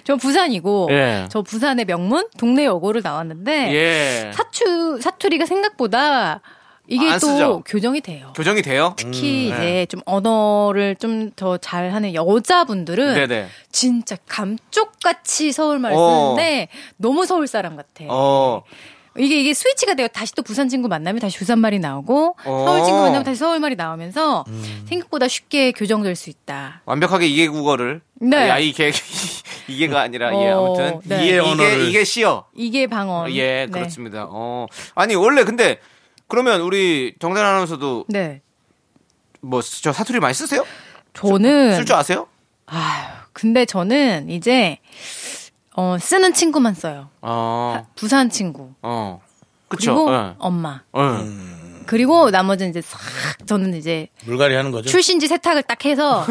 S7: 저 부산이고
S3: 예.
S7: 저 부산의 명문 동네 여고를 나왔는데
S3: 예.
S7: 사투 사투리가 생각보다 이게
S3: 안
S7: 또
S3: 쓰죠?
S7: 교정이 돼요.
S3: 교정이 돼요?
S7: 특히
S3: 음,
S7: 이제 좀 언어를 좀 더 잘하는 여자분들은
S3: 네네.
S7: 진짜 감쪽같이 서울 말을
S3: 어.
S7: 쓰는데 너무 서울 사람 같아.
S3: 어.
S7: 이게 이게 스위치가 돼요. 다시 또 부산 친구 만나면 다시 부산 말이 나오고
S3: 어. 음.
S7: 서울 친구 만나면 다시 서울 말이 나오면서 생각보다 쉽게 교정될 수 있다.
S3: 완벽하게 이해 국어를.
S7: 네.
S3: 아, 이게, 이게가 아니라, 예,
S7: 어,
S3: 아무튼.
S7: 네.
S2: 이해
S3: 이게,
S2: 언어를.
S3: 이게 시어.
S7: 이게 방언.
S3: 예,
S7: 네.
S3: 그렇습니다. 어. 아니, 원래 근데, 그러면 우리 정단 아나운서도
S7: 네.
S3: 뭐, 쓰- 저 사투리 많이 쓰세요? 쓸
S2: 뭐,
S7: 저는
S3: 줄 아세요?
S7: 아 근데 저는 이제 어 쓰는 친구만 써요.
S3: 어,
S7: 부산 친구
S3: 어. 그쵸.
S7: 그리고
S3: 예.
S7: 엄마
S2: 음.
S3: 응.
S7: 그리고 나머지는 이제 싹 저는 이제
S2: 물갈이 하는 거죠.
S7: 출신지 세탁을 딱 해서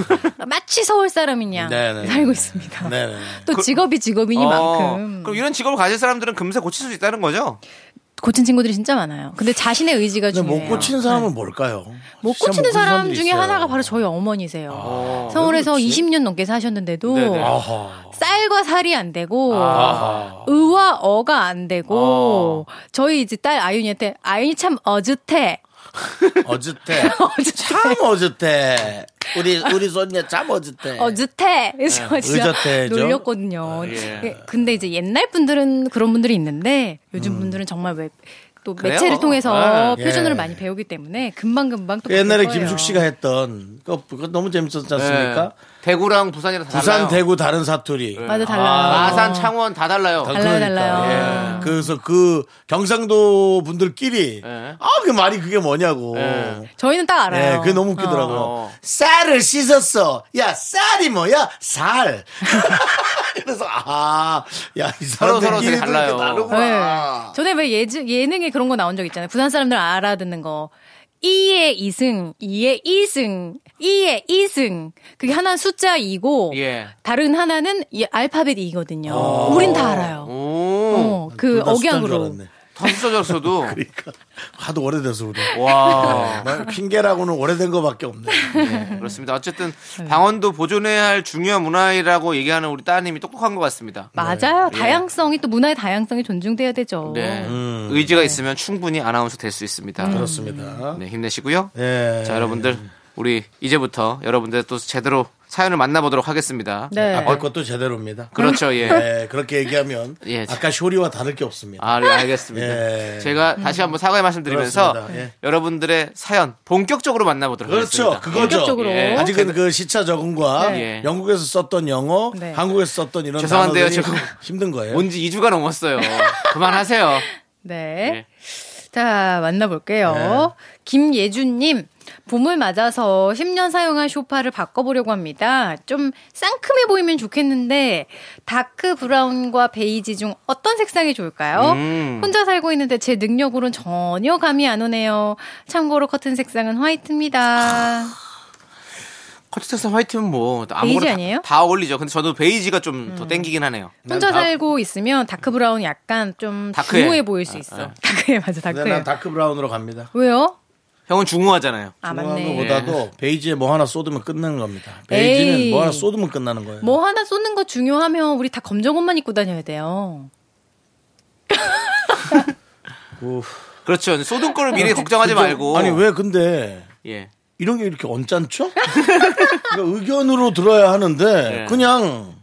S7: 마치 서울 사람이냐
S2: 네네.
S7: 살고 있습니다.
S2: 네네. 그
S7: 또 직업이
S3: 어,
S7: 직업이니만큼
S3: 그럼 이런 직업을 가질 사람들은 금세 고칠 수 있다는 거죠?
S7: 고친 친구들이 진짜 많아요. 근데 자신의 의지가
S2: 근데
S7: 중요해요. 네.
S2: 못 고치는 사람은 뭘까요?
S7: 못
S2: 진짜
S7: 고치는 사람
S2: 사람들이
S7: 중에
S2: 있어요. 아,
S7: 하나가 바로 저희 어머니세요. 서울에서 20년 넘게 사셨는데도
S3: 네네.
S2: 아하.
S7: 쌀과 살이 안 되고
S2: 아하. 아.
S7: 의와 어가 안 되고 저희 이제 딸 아윤이한테 아윤이 참 어jut해.
S2: 어저께
S7: 어jut해.
S2: 참 어저께 우리 우리 손녀 참 어저께
S7: 어jut해. 그래서
S2: 네.
S7: 진짜
S2: 의젓해죠. 아,
S7: 놀렸거든요. 예, 근데 이제 옛날 분들은 그런 분들이 있는데 요즘 분들은 정말 왜 또
S3: 그래요?
S7: 매체를 통해서
S2: 네. 음.
S7: 표준어를
S2: 예.
S7: 많이 배우기 때문에 금방금방 또
S2: 그 옛날에
S7: 바뀔 거예요.
S2: 김숙 씨가 했던 그거, 그거 너무 재밌었지 않습니까?
S3: 예. 대구랑 부산이랑 다
S2: 부산,
S3: 달라요.
S2: 대구 다른 사투리.
S7: 맞아 달라요.
S3: 마산, 창원 다 달라요.
S2: 다
S7: 달라요, 달라요.
S2: 예. 그래서 그 경상도 분들끼리
S3: 예.
S2: 아 그 말이 그게 뭐냐고.
S3: 예.
S7: 저희는 딱 알아요.
S2: 예, 그게 너무 웃기더라고요.
S3: 어.
S2: 쌀을 씻었어. 야, 쌀이 뭐야? 살. 그래서, 아, 야, 이
S3: 서로 서로 되게
S2: 사람들끼리
S3: 달라요. 아.
S2: 다르구나.
S7: 전에 왜 예즈, 예능에 그런 거 나온 적 있잖아요. 부산 사람들 알아듣는 거. 이의 이승, 이의 이승, 이의 이승. 그게 하나는 숫자 이고
S3: 예. 어.
S7: 다른 하나는 이 알파벳 이거든요 우린 다 알아요.
S3: 오.
S7: 어, 그
S2: 아, 둘다 숫자인 줄
S7: 억양으로.
S2: 알았네.
S3: 다수저서도
S2: 그러니까 하도 오래돼서 우리.
S3: 와.
S2: 정말 핑계라고는 오래된 거밖에 없네.
S3: 네, 그렇습니다. 어쨌든
S7: 네.
S3: 방언도 보존해야 할 중요한 문화이라고 얘기하는 우리 따님이 똑똑한 것 같습니다.
S7: 맞아요. 다양성이 또 문화의 다양성이 존중돼야 되죠.
S3: 네. 의지가 있으면 충분히 아나운서 될 수 있습니다.
S2: 음.
S7: 음.
S2: 그렇습니다.
S3: 네, 힘내시고요.
S2: 예.
S3: 자, 여러분들 우리 이제부터 여러분들 또 제대로 사연을 만나보도록 하겠습니다.
S7: 네.
S2: 아에 것도 제대로입니다.
S3: 그렇죠, 예.
S2: 예, 그렇게 얘기하면
S3: 예.
S2: 아까 쇼리와 다를 게 없습니다.
S3: 아, 네, 알겠습니다.
S2: 예.
S3: 제가 다시 한번 사과의 말씀드리면서
S2: 그렇습니다. 예.
S3: 여러분들의 사연 본격적으로 만나보도록
S2: 그렇죠,
S3: 하겠습니다.
S2: 그거죠.
S7: 본격적으로.
S3: 예. 아직
S2: 아직은 그 시차 적응과
S3: 네.
S2: 영국에서 썼던 영어,
S7: 네.
S2: 한국에서 썼던 이런
S3: 죄송한데요,
S2: 단어들이
S3: 지금.
S2: 힘든 거예요.
S3: 온지 2주가 넘었어요. 그만하세요.
S7: 네. 자, 만나볼게요. 김예준님, 봄을 맞아서 10년 사용한 쇼파를 바꿔보려고 합니다. 좀 상큼해 보이면 좋겠는데, 다크 브라운과 베이지 중 어떤 색상이 좋을까요?
S3: 음.
S7: 혼자 살고 있는데 제 능력으로는 전혀 감이 안 오네요. 참고로 커튼 색상은 화이트입니다.
S3: 커트텍스 화이트면 뭐 아무거나
S7: 베이지
S3: 다-
S7: 아니에요? 음.
S3: 다 어울리죠. 근데 저도 베이지가 좀 더 땡기긴 하네요.
S7: 혼자
S3: 난 다-
S7: 살고 있으면 다크 브라운 약간 좀
S3: 다크해.
S7: 중후해 보일 수 있어. 다크해, 맞아,
S2: 근데
S7: 다크해.
S2: 난 다크 브라운으로 갑니다.
S7: 왜요?
S3: 형은 중후하잖아요.
S7: 아,
S2: 중요한
S7: 맞네.
S2: 거보다도 베이지에 뭐 하나 쏟으면 끝나는 겁니다. 베이지는
S7: 에이.
S2: 뭐 하나 쏟으면 끝나는 거예요.
S7: 뭐 하나 쏟는 거 중요하면 우리 다 검정 옷만 입고 다녀야 돼요.
S3: 그렇죠. 쏟은 거를 미리 걱정하지 말고.
S2: 아니 왜 근데
S3: 예.
S2: 이런 게 이렇게 언짢죠? 그러니까 의견으로 들어야 하는데
S3: 예.
S2: 그냥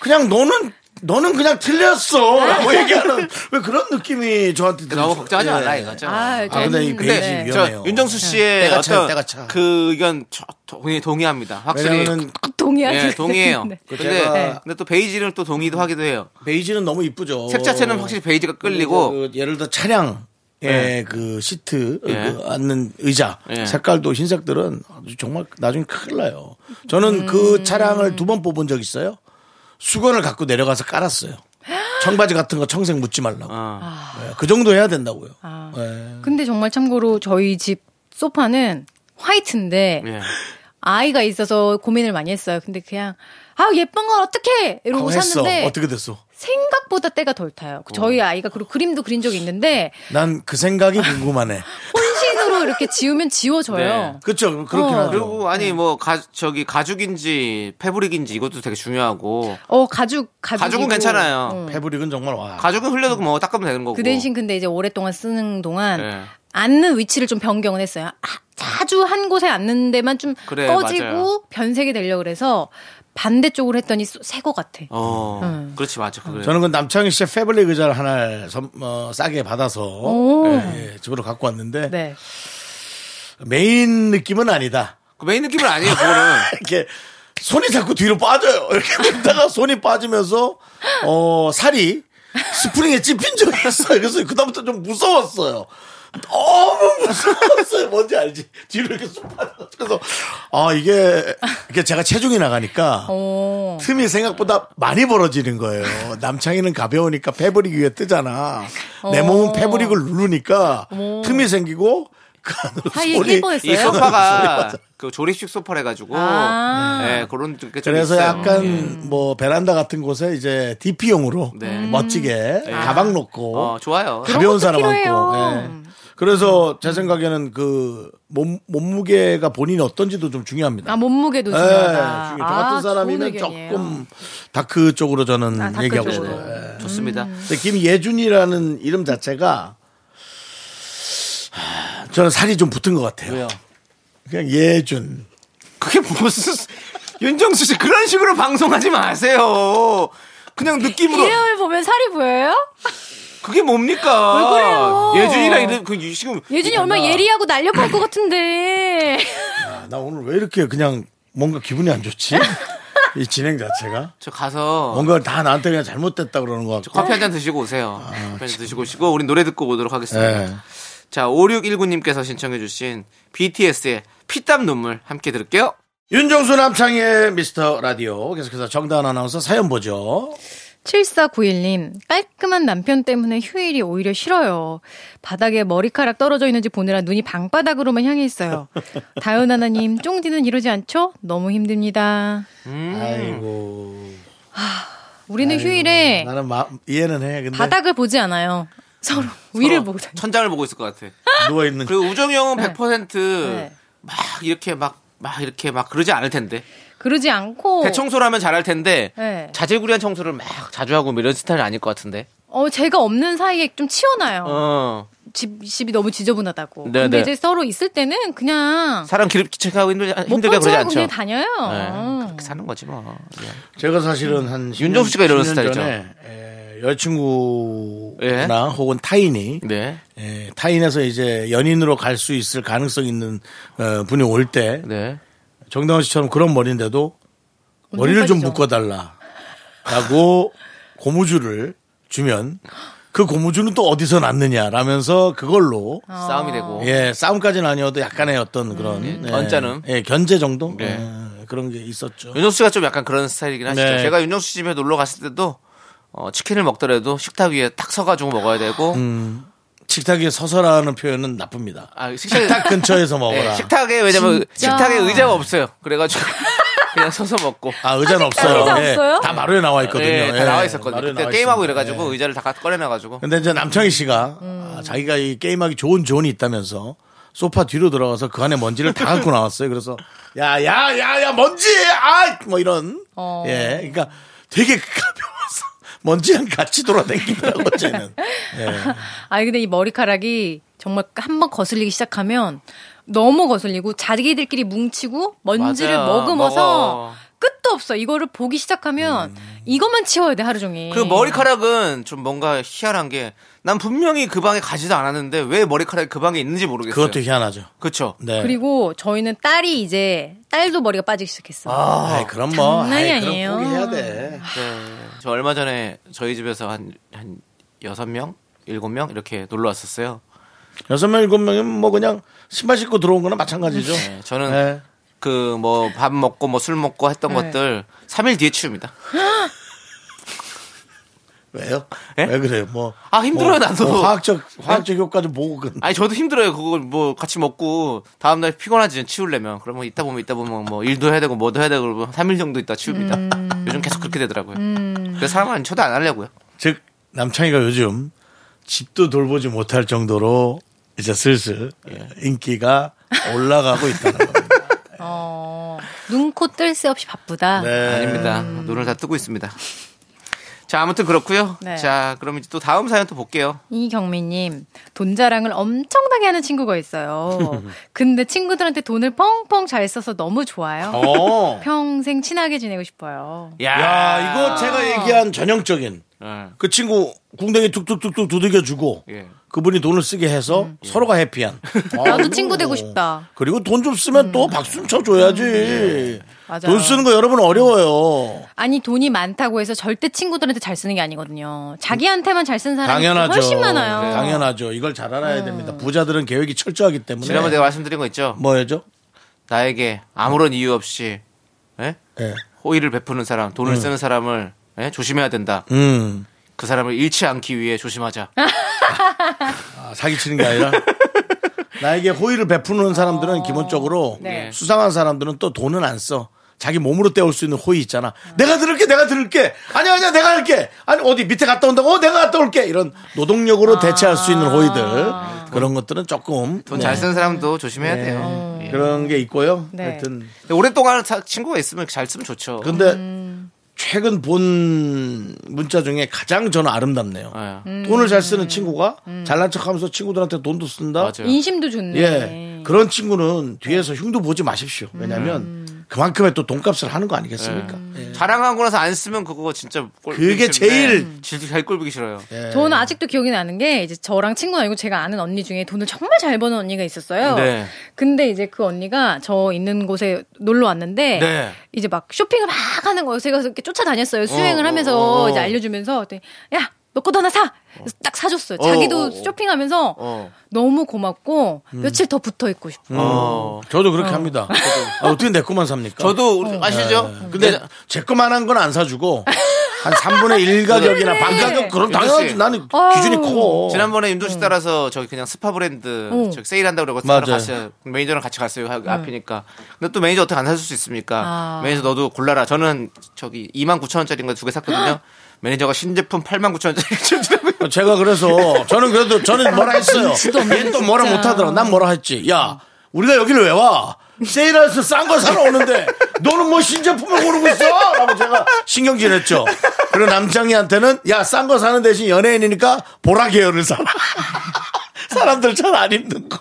S2: 그냥 너는 너는 그냥 틀렸어 라고 얘기하는 왜 그런 느낌이 저한테 들죠?
S3: 너무 걱정하지
S2: 예.
S3: 말라 이거죠.
S7: 아,
S2: 아 근데 이
S7: 저는-
S2: 베이지
S7: 네.
S2: 위험해요.
S3: 저 윤정수 씨의
S2: 때가 차,
S3: 어떤
S2: 때가 차.
S3: 그 의견 저- 동의, 동의합니다. 확실히.
S2: 왜냐면은
S7: 네.
S2: 그
S7: 동의하는
S3: 예, 동의해요.
S7: 네.
S3: 근데,
S2: 제가-
S3: 근데 또 베이지를 또 동의도 하기도 해요.
S2: 베이지는 너무 이쁘죠.
S3: 색 자체는 확실히 베이지가 끌리고
S2: 그 예를 들어 차량
S3: 네.
S2: 의 그 시트
S3: 예.
S2: 그 앉는 의자
S3: 예.
S2: 색깔도 흰색들은 아주 정말 나중에 큰일 나요. 저는
S3: 음.
S2: 그 차량을 두 번 뽑은 적 있어요. 수건을 갖고 내려가서 깔았어요. 청바지 같은 거 청색 묻지 말라고.
S3: 어.
S2: 예, 그 정도 해야 된다고요.
S7: 아.
S2: 예.
S7: 근데 정말 참고로 저희 집 소파는 화이트인데
S3: 예.
S7: 아이가 있어서 고민을 많이 했어요. 근데 그냥 아 예쁜 걸 어떻게 이러고
S2: 그거 했어.
S7: 샀는데
S2: 어떻게 어. 됐어?
S7: 생각보다 때가 덜 타요. 저희 아이가 그리고 그림도 그린 적이 있는데
S2: 난 그 생각이 궁금하네.
S7: 혼신으로 이렇게 지우면 지워져요.
S2: 그렇죠. 그렇긴
S7: 어.
S2: 하죠.
S3: 그리고 아니 뭐 가, 저기 가죽인지 패브릭인지 이것도 되게 중요하고
S7: 어 가죽 가죽
S3: 가죽은 괜찮아요.
S2: 패브릭은 정말 와.
S3: 가죽은 흘려도 뭐 닦으면 되는 거고.
S7: 음. 그 대신 근데 이제 오랫동안 쓰는 동안
S3: 예.
S7: 앉는 위치를 좀 변경을 했어요. 아, 자주 한 곳에 앉는 데만 좀
S3: 그래,
S7: 꺼지고
S3: 맞아요.
S7: 변색이 되려고 그래서 반대쪽으로 했더니 새 거 같아.
S3: 어,
S7: 음.
S3: 그렇지 맞아. 그래.
S2: 음. 저는 그 남창희 씨의 패블릭 의자를 하나를 선- 어, 싸게 받아서
S7: 오.
S2: 예, 집으로 갖고 왔는데
S7: 네.
S2: 메인 느낌은 아니다.
S3: 그 메인 느낌은 아니에요. 그거는
S2: 이렇게 손이 자꾸 뒤로 빠져요. 이렇게 있다가 손이 빠지면서 어 살이 스프링에 찝힌 적이 있어요. 그래서 그다음부터 좀 무서웠어요. 너무 무서웠어요. 뭔지 알지? 뒤로 이렇게 쑥 빠져. 그래서 아 이게 이게 제가 체중이 나가니까
S7: 오.
S2: 틈이 생각보다 많이 벌어지는 거예요. 남창이는 가벼우니까 패브릭 위에 뜨잖아. 내
S7: 어.
S2: 몸은 패브릭을 누르니까 틈이 생기고 그 안으로
S7: 사이에
S2: 손이
S7: 낄 뻔했어요.
S3: 이 소파가 그 조립식 소파래 가지고
S7: 아.
S3: 예, 그런 게 좀
S2: 그래서
S3: 있어요.
S2: 약간
S3: 예.
S2: 뭐 베란다 같은 곳에 이제 DP용으로
S3: 네.
S7: 음.
S2: 멋지게 가방 놓고
S3: 어, 좋아요.
S2: 가벼운
S7: 것도
S2: 사람
S7: 필요해요.
S2: 안고. 예. 그래서 제 생각에는 그 몸, 몸무게가 본인이 어떤지도 좀 중요합니다.
S7: 아 몸무게도
S2: 예,
S7: 중요하다.
S2: 중요해요. 저 같은
S7: 아,
S2: 사람이면
S7: 좋은 의견이에요.
S2: 조금 다크 쪽으로 저는
S7: 아, 다크
S2: 얘기하고
S7: 쪽으로.
S2: 싶어요. 예.
S3: 좋습니다.
S7: 음.
S2: 근데 김예준이라는 이름 자체가 하, 저는 살이 좀 붙은 것 같아요. 그냥 예준.
S3: 그게 무슨 윤정수 씨 그런 식으로 방송하지 마세요. 그냥 느낌으로
S7: 이름을 보면 살이 보여요?
S3: 그게 뭡니까?
S7: 왜 그래요?
S3: 예준이랑 이런 그 유- 지금
S7: 예준이 얼마 예리하고 날렵할 것 같은데.
S2: 아, 나 오늘 왜 이렇게 그냥 뭔가 기분이 안 좋지? 이 진행 자체가
S3: 저 가서
S2: 뭔가 다 나한테 그냥 잘못됐다 그러는 것 같고.
S7: 네.
S3: 커피 한 잔 드시고 오세요.
S7: 아,
S3: 커피 한 잔 드시고 오시고 우리 노래 듣고 오도록 하겠습니다.
S7: 네.
S2: 예.
S3: 자, 5619님께서 신청해주신 BTS의 피땀 눈물 함께 들을게요.
S2: 윤정수 남창의 미스터 라디오 계속해서 정다은 아나운서 사연 보죠.
S7: 7491님, 깔끔한 남편 때문에 휴일이 오히려 싫어요. 바닥에 머리카락 떨어져 있는지 보느라 눈이 방바닥으로만 향해 있어요. 다현 하나님, 쫑디는 이러지 않죠? 너무 힘듭니다.
S3: 음.
S2: 아이고
S7: 우리는 휴일에
S2: 나는 마- 이해는 해. 근데
S7: 바닥을 보지 않아요. 서로
S3: 음,
S7: 위를 보고 다니
S3: 천장을 보고 있을 것 같아.
S2: 누워 있는
S3: 그리고 우정이 형은 100%막
S7: 네.
S3: 이렇게 막, 막 이렇게 막 그러지 않을 텐데.
S7: 그러지 않고
S3: 대청소를 하면 잘할 텐데.
S7: 어. 네.
S3: 자질구레한 청소를 막 자주 하고 뭐 이런 스타일은 아닐 것 같은데.
S7: 어 제가 없는 사이에 좀 치워놔요.
S3: 어.
S7: 집, 집이 너무 지저분하다고.
S3: 네,
S7: 근데
S3: 네.
S7: 이제 서로 있을 때는 그냥
S3: 사람 기름 체크하고 힘들,
S7: 못
S3: 힘들게 그러지
S7: 번쩍하고
S3: 않죠.
S7: 그냥 다녀요. 어.
S3: 네, 그렇게 사는 거지 뭐. 예.
S2: 제가 사실은 한
S3: 윤정수 씨가 이러는 스타일이죠.
S2: 에, 여자친구나
S3: 예.
S2: 혹은 타인이
S3: 네.
S2: 에, 예, 타인에서 이제 연인으로 갈 수 있을 가능성 있는 어, 분이 올 때
S3: 네.
S2: 정다운 씨처럼 그런 머리인데도 머리를 좀
S7: 빠지죠.
S2: 묶어달라라고 고무줄을 주면 그 고무줄은 또 어디서 났느냐라면서 그걸로
S7: 어.
S3: 싸움이 되고.
S2: 예 싸움까지는 아니어도 약간의 어떤 그런 예,
S3: 언짢음.
S2: 예 견제 정도
S3: 네.
S2: 예, 그런 게 있었죠.
S3: 어. 윤정수 씨가 좀 약간 그런 스타일이긴 하시죠.
S2: 네.
S3: 제가 윤정수 씨 집에 놀러 갔을 때도 어, 치킨을 먹더라도 식탁 위에 딱 서가지고 먹어야 되고
S2: 음. 식탁 위에 서서라는 표현은 나쁩니다.
S3: 아, 식탁,
S2: 식탁 근처에서
S3: 네,
S2: 먹어라.
S3: 식탁에 왜냐면
S7: 진짜.
S3: 식탁에 의자가 없어요. 그래가지고 그냥 서서 먹고
S2: 아 의자는 없어요.
S7: 의자
S2: 예,
S7: 없어요?
S2: 다 마루에 나와 있거든요.
S3: 예, 다
S2: 예,
S3: 나와 있었거든요.
S2: 마루에
S3: 그때
S2: 나와
S3: 게임하고
S2: 있습니다.
S3: 이래가지고
S2: 예.
S3: 의자를 다 갖다 꺼내놔가지고
S2: 근데 이제 남창희 씨가
S3: 음.
S2: 아, 자기가 이 게임하기 좋은 조언이 있다면서 소파 뒤로 들어가서 그 안에 먼지를 다 갖고 나왔어요. 그래서 야 야 야 야 먼지 아뭐 이런
S7: 어.
S2: 예 그러니까 되게 가벼워서 먼지랑 같이 돌아다니더라고 쟤는 예.
S7: 아니 근데 이 머리카락이 정말 한 번 거슬리기 시작하면 너무 거슬리고 자기들끼리 뭉치고 먼지를
S3: 맞아요. 먹어. 음.
S7: 머금어서 끝도 없어. 이거를 보기 시작하면 이것만 치워야 돼 하루 종일.
S3: 그 머리카락은 좀 뭔가 희한한 게 난 분명히 그 방에 가지도 않았는데 왜 머리카락이 그 방에 있는지 모르겠어요.
S2: 그것도 희한하죠.
S3: 그렇죠.
S2: 네.
S7: 그리고 저희는 딸이 이제 딸도 머리가 빠지기 시작했어. 요
S2: 아이, 그럼 뭐
S7: 장난이
S2: 아이, 그럼
S7: 아니에요.
S2: 포기해야 돼.
S3: 네. 저 얼마 전에 저희 집에서 한 한 여섯 명, 일곱 명 이렇게 놀러 왔었어요.
S2: 여섯 명 일곱 명이면 뭐 그냥 신발 신고 들어온 거나 마찬가지죠.
S3: 네, 저는
S2: 네.
S3: 그 뭐 밥 먹고 뭐 술 먹고 했던
S7: 네.
S3: 것들 3일 뒤에 치웁니다.
S2: 왜요?
S3: 예?
S2: 왜 그래요? 뭐.
S3: 아, 힘들어요,
S2: 뭐,
S3: 나도. 예?
S2: 뭐 화학적, 화학적 효과도 보고. 그
S3: 아니 저도 힘들어요. 그걸 뭐 같이 먹고 다음 날 피곤하지 치우려면 그러면 이따 보면 이따 보면 뭐 일도 해야 되고 뭐도 해야 되고 그러면 3일 정도 있다 치웁니다.
S7: 음.
S3: 요즘 계속 그렇게 되더라고요. 그래서 사람은 저도 안 하려고요.
S2: 즉, 남창희가 요즘 집도 돌보지 못할 정도로 이제 슬슬
S7: 예.
S2: 인기가 올라가고 있다는 겁니다.
S7: 어, 눈코 뜰 새 없이 바쁘다.
S2: 네.
S3: 아닙니다. 눈을 다 뜨고 있습니다. 자 아무튼 그렇고요.
S7: 네.
S3: 자 그럼 이제 또 다음 사연 또 볼게요.
S7: 이경미님, 돈 자랑을 엄청나게 하는 친구가 있어요. 근데 친구들한테 돈을 펑펑 잘 써서 너무 좋아요.
S2: 어.
S7: 평생 친하게 지내고 싶어요.
S2: 야, 이거 제가 얘기한 전형적인
S3: 예.
S2: 그 친구 궁뎅이 툭툭툭툭 두들겨 주고
S3: 예.
S2: 그분이 돈을 쓰게 해서 서로가 해피한.
S7: 음. 예. 나도
S2: 아이고.
S7: 친구 되고 싶다. 음.
S2: 그리고 돈 좀 쓰면 또 박수 좀 쳐줘야지.
S7: 예. 맞아요.
S2: 돈 쓰는 거 여러분 어려워요.
S7: 아니 돈이 많다고 해서 절대 친구들한테 잘 쓰는 게 아니거든요. 자기한테만 잘 쓴 사람이
S2: 당연하죠.
S7: 그 훨씬 많아요. 음.
S2: 네, 당연하죠. 이걸 잘 알아야 됩니다. 부자들은 계획이 철저하기 때문에.
S3: 지난번에 내가 말씀드린 거 있죠.
S2: 뭐였죠?
S3: 나에게 아무런 이유 없이 예?
S2: 예.
S3: 호의를 베푸는 사람, 돈을 쓰는 사람을 예? 조심해야 된다.
S2: 음.
S3: 그 사람을 잃지 않기 위해 조심하자.
S2: 아, 사기치는 게 아니라. 나에게 호의를 베푸는 사람들은 기본적으로
S7: 아. 네.
S2: 수상한 사람들은 또 돈은 안 써. 자기 몸으로 때울 수 있는 호의 있잖아. 내가 들을게, 내가 들을게. 아니야, 아니야, 내가 할게. 아니, 어디 밑에 갔다 온다고, 어, 내가 갔다 올게. 이런 노동력으로 대체할 수
S7: 아.
S2: 있는 호의들. 그런 것들은 조금.
S3: 돈
S2: 네.
S3: 잘 쓰는 사람도 조심해야
S2: 네.
S3: 돼요. 예.
S2: 그런 게 있고요.
S7: 네.
S2: 하여튼.
S3: 근데 오랫동안 사- 친구가 있으면 잘 쓰면 좋죠.
S2: 근데
S7: 음.
S2: 최근 본 문자 중에 가장 저는 아름답네요.
S3: 예.
S7: 음.
S2: 돈을 잘 쓰는 친구가 잘난 척하면서 친구들한테 돈도 쓴다.
S3: 맞아요.
S7: 인심도 좋네.
S2: 예, 그런 친구는 뒤에서
S3: 네.
S2: 흉도 보지 마십시오. 왜냐하면
S3: 음.
S2: 그만큼의 또 돈값을 하는 거 아니겠습니까?
S3: 네.
S2: 예.
S3: 자랑하고 나서 안 쓰면 그거 진짜 꼴
S2: 그게
S3: 보기 싫은데
S2: 제일- 네.
S3: 질- 제일 꼴보기 싫어요.
S7: 저는 아직도 기억이 나는 게 이제 저랑 친구 아니고 제가 아는 언니 중에 돈을 정말 잘 버는 언니가 있었어요.
S3: 네.
S7: 근데 이제 그 언니가 저 있는 곳에 놀러 왔는데
S3: 네.
S7: 이제 막 쇼핑을 막 하는 거예요. 제가 이렇게 쫓아다녔어요. 수행을
S3: 어,
S7: 하면서
S3: 어, 어.
S7: 이제 알려주면서 그랬더니 야, 너 것도 하나 사. 그래서 딱 사줬어요. 자기도
S3: 어, 어.
S7: 쇼핑하면서
S3: 어.
S7: 너무 고맙고 며칠 더 붙어 있고 싶어. 요
S3: 어.
S2: 음. 저도 그렇게 합니다. 아, 어떻게 내 것만 삽니까?
S3: 저도
S2: 어.
S3: 우리- 아시죠?
S2: 근데 제 것만 한 건 안 사주고 한 3분의 1 가격이나
S7: 그래.
S2: 반 가격 그럼
S3: 윤정
S2: 당연하지.
S3: 씨.
S2: 나는
S7: 아유.
S2: 기준이 커.
S3: 네. 어. 지난번에 윤종씨 따라서 저기 그냥 스파 브랜드
S7: 어.
S3: 저기 세일한다고 그러고
S2: 맞아요.
S3: 따라 갔어요. 매니저랑 같이 갔어요. 하- 앞이니까. 근데 또 매니저 어떻게 안 사줄 수 있습니까?
S7: 아.
S3: 매니저 너도 골라라. 저는 저기 2만 9천 원짜리인 거 두 개 샀거든요. 매니저가 신제품 8만 9천 원짜리 줬더라고요.
S2: 제가 그래서 저는 그래도 저는 뭐라 했어요. 얘는 또 뭐라 못하더라. 난 뭐라 했지. 야, 우리가 여기를 왜 와? 세일해서 싼 거 사러 오는데 너는 뭐 신제품을 고르고 있어? 라고 제가 신경질 했죠. 그리고 남창희한테는 야, 싼 거 사는 대신 연예인이니까 보라 계열을 사라. 사람들 잘 안 입는 거.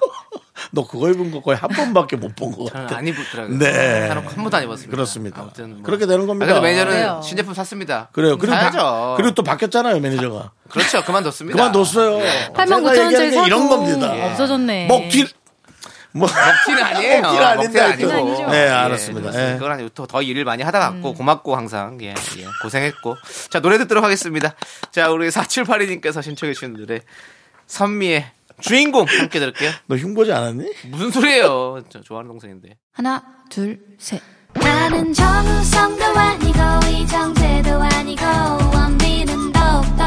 S2: 너 그거 입은 거 거의 한 번밖에 못 본 것
S3: 저는
S2: 같아.
S3: 안 입었더라고요.
S2: 네.
S3: 한한 번도 안 입었습니다.
S2: 그렇습니다.
S3: 아무튼 뭐.
S2: 그렇게 되는
S3: 아,
S2: 겁니다.
S3: 그래도 매니저는
S7: 그래요.
S3: 신제품 샀습니다.
S2: 그래요. 그리고,
S3: 사야죠.
S2: 바- 그리고 또 바뀌었잖아요, 매니저가.
S3: 그렇죠. 그만뒀습니다.
S2: 예.
S3: 네.
S2: 그만뒀어요.
S7: 8만
S2: 제가
S7: 9천
S2: 얘기하는
S7: 원짜리
S2: 게
S7: 사도
S2: 이런 겁니다.
S7: 없어졌네.
S2: 먹튀. 뭐.
S3: 먹튀는 아니에요.
S2: 먹튀는 아닌데 하여튼.
S3: 먹튀는 아니고.
S2: 네,
S3: 예,
S2: 알았습니다.
S3: 그렇습니다.
S2: 예.
S3: 그건 아니고 더, 더 일을 많이 하다 갔고 고맙고 항상 예, 예, 고생했고. 자 노래 듣도록 하겠습니다. 자 우리 4782님께서 신청해 주신 노래 선미의 주인공 함께 들을게요.
S2: 너 흉보지 않았니?
S3: 무슨 소리예요? 저 좋아하는 동생인데.
S7: 하나, 둘, 셋.
S6: 나는 정우성도 아니고 이정재도 아니고 원빈은 더욱더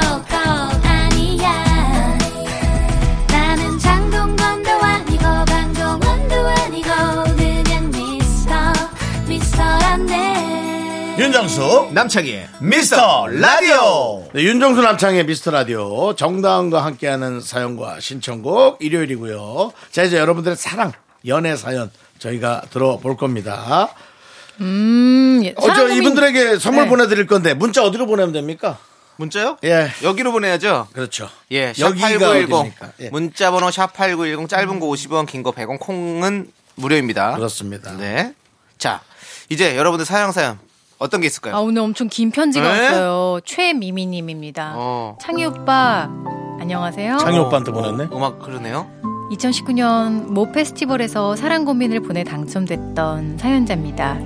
S6: 아니야 나는 장동건도 아니고 강동원도 아니고 그냥 미스터 미스터란데
S2: 윤정수.
S3: 남창희의 미스터 라디오.
S2: 네, 윤정수 남창의 미스터 라디오 정다은과 함께하는 사연과 신청곡 일요일이고요. 자 이제 여러분들의 사랑 연애 사연 저희가 들어볼 겁니다.
S7: 음, 예.
S2: 어저
S7: 사랑고민-
S2: 이분들에게 선물
S7: 네.
S2: 보내드릴 건데 문자 어디로 보내면 됩니까?
S3: 문자요?
S2: 예.
S3: 여기로 보내야죠.
S2: 그렇죠.
S3: 예,
S2: 여기가
S3: 샵8910
S2: 어디입니까? 예.
S3: 문자 번호 샵8910 짧은 거 50원, 긴 거 100원 콩은 무료입니다.
S2: 그렇습니다.
S3: 네. 자, 이제 여러분들 사연 사연 어떤 게 있을까요?
S7: 아, 오늘 엄청 긴 편지가
S3: 네?
S7: 왔어요. 최미미님입니다.
S3: 어.
S7: 창희 오빠, 안녕하세요.
S2: 창희 오빠한테 보냈네.
S3: 어, 음악 그러네요.
S7: 2019년 모 페스티벌에서 사랑 고민을 보내 당첨됐던 사연자입니다.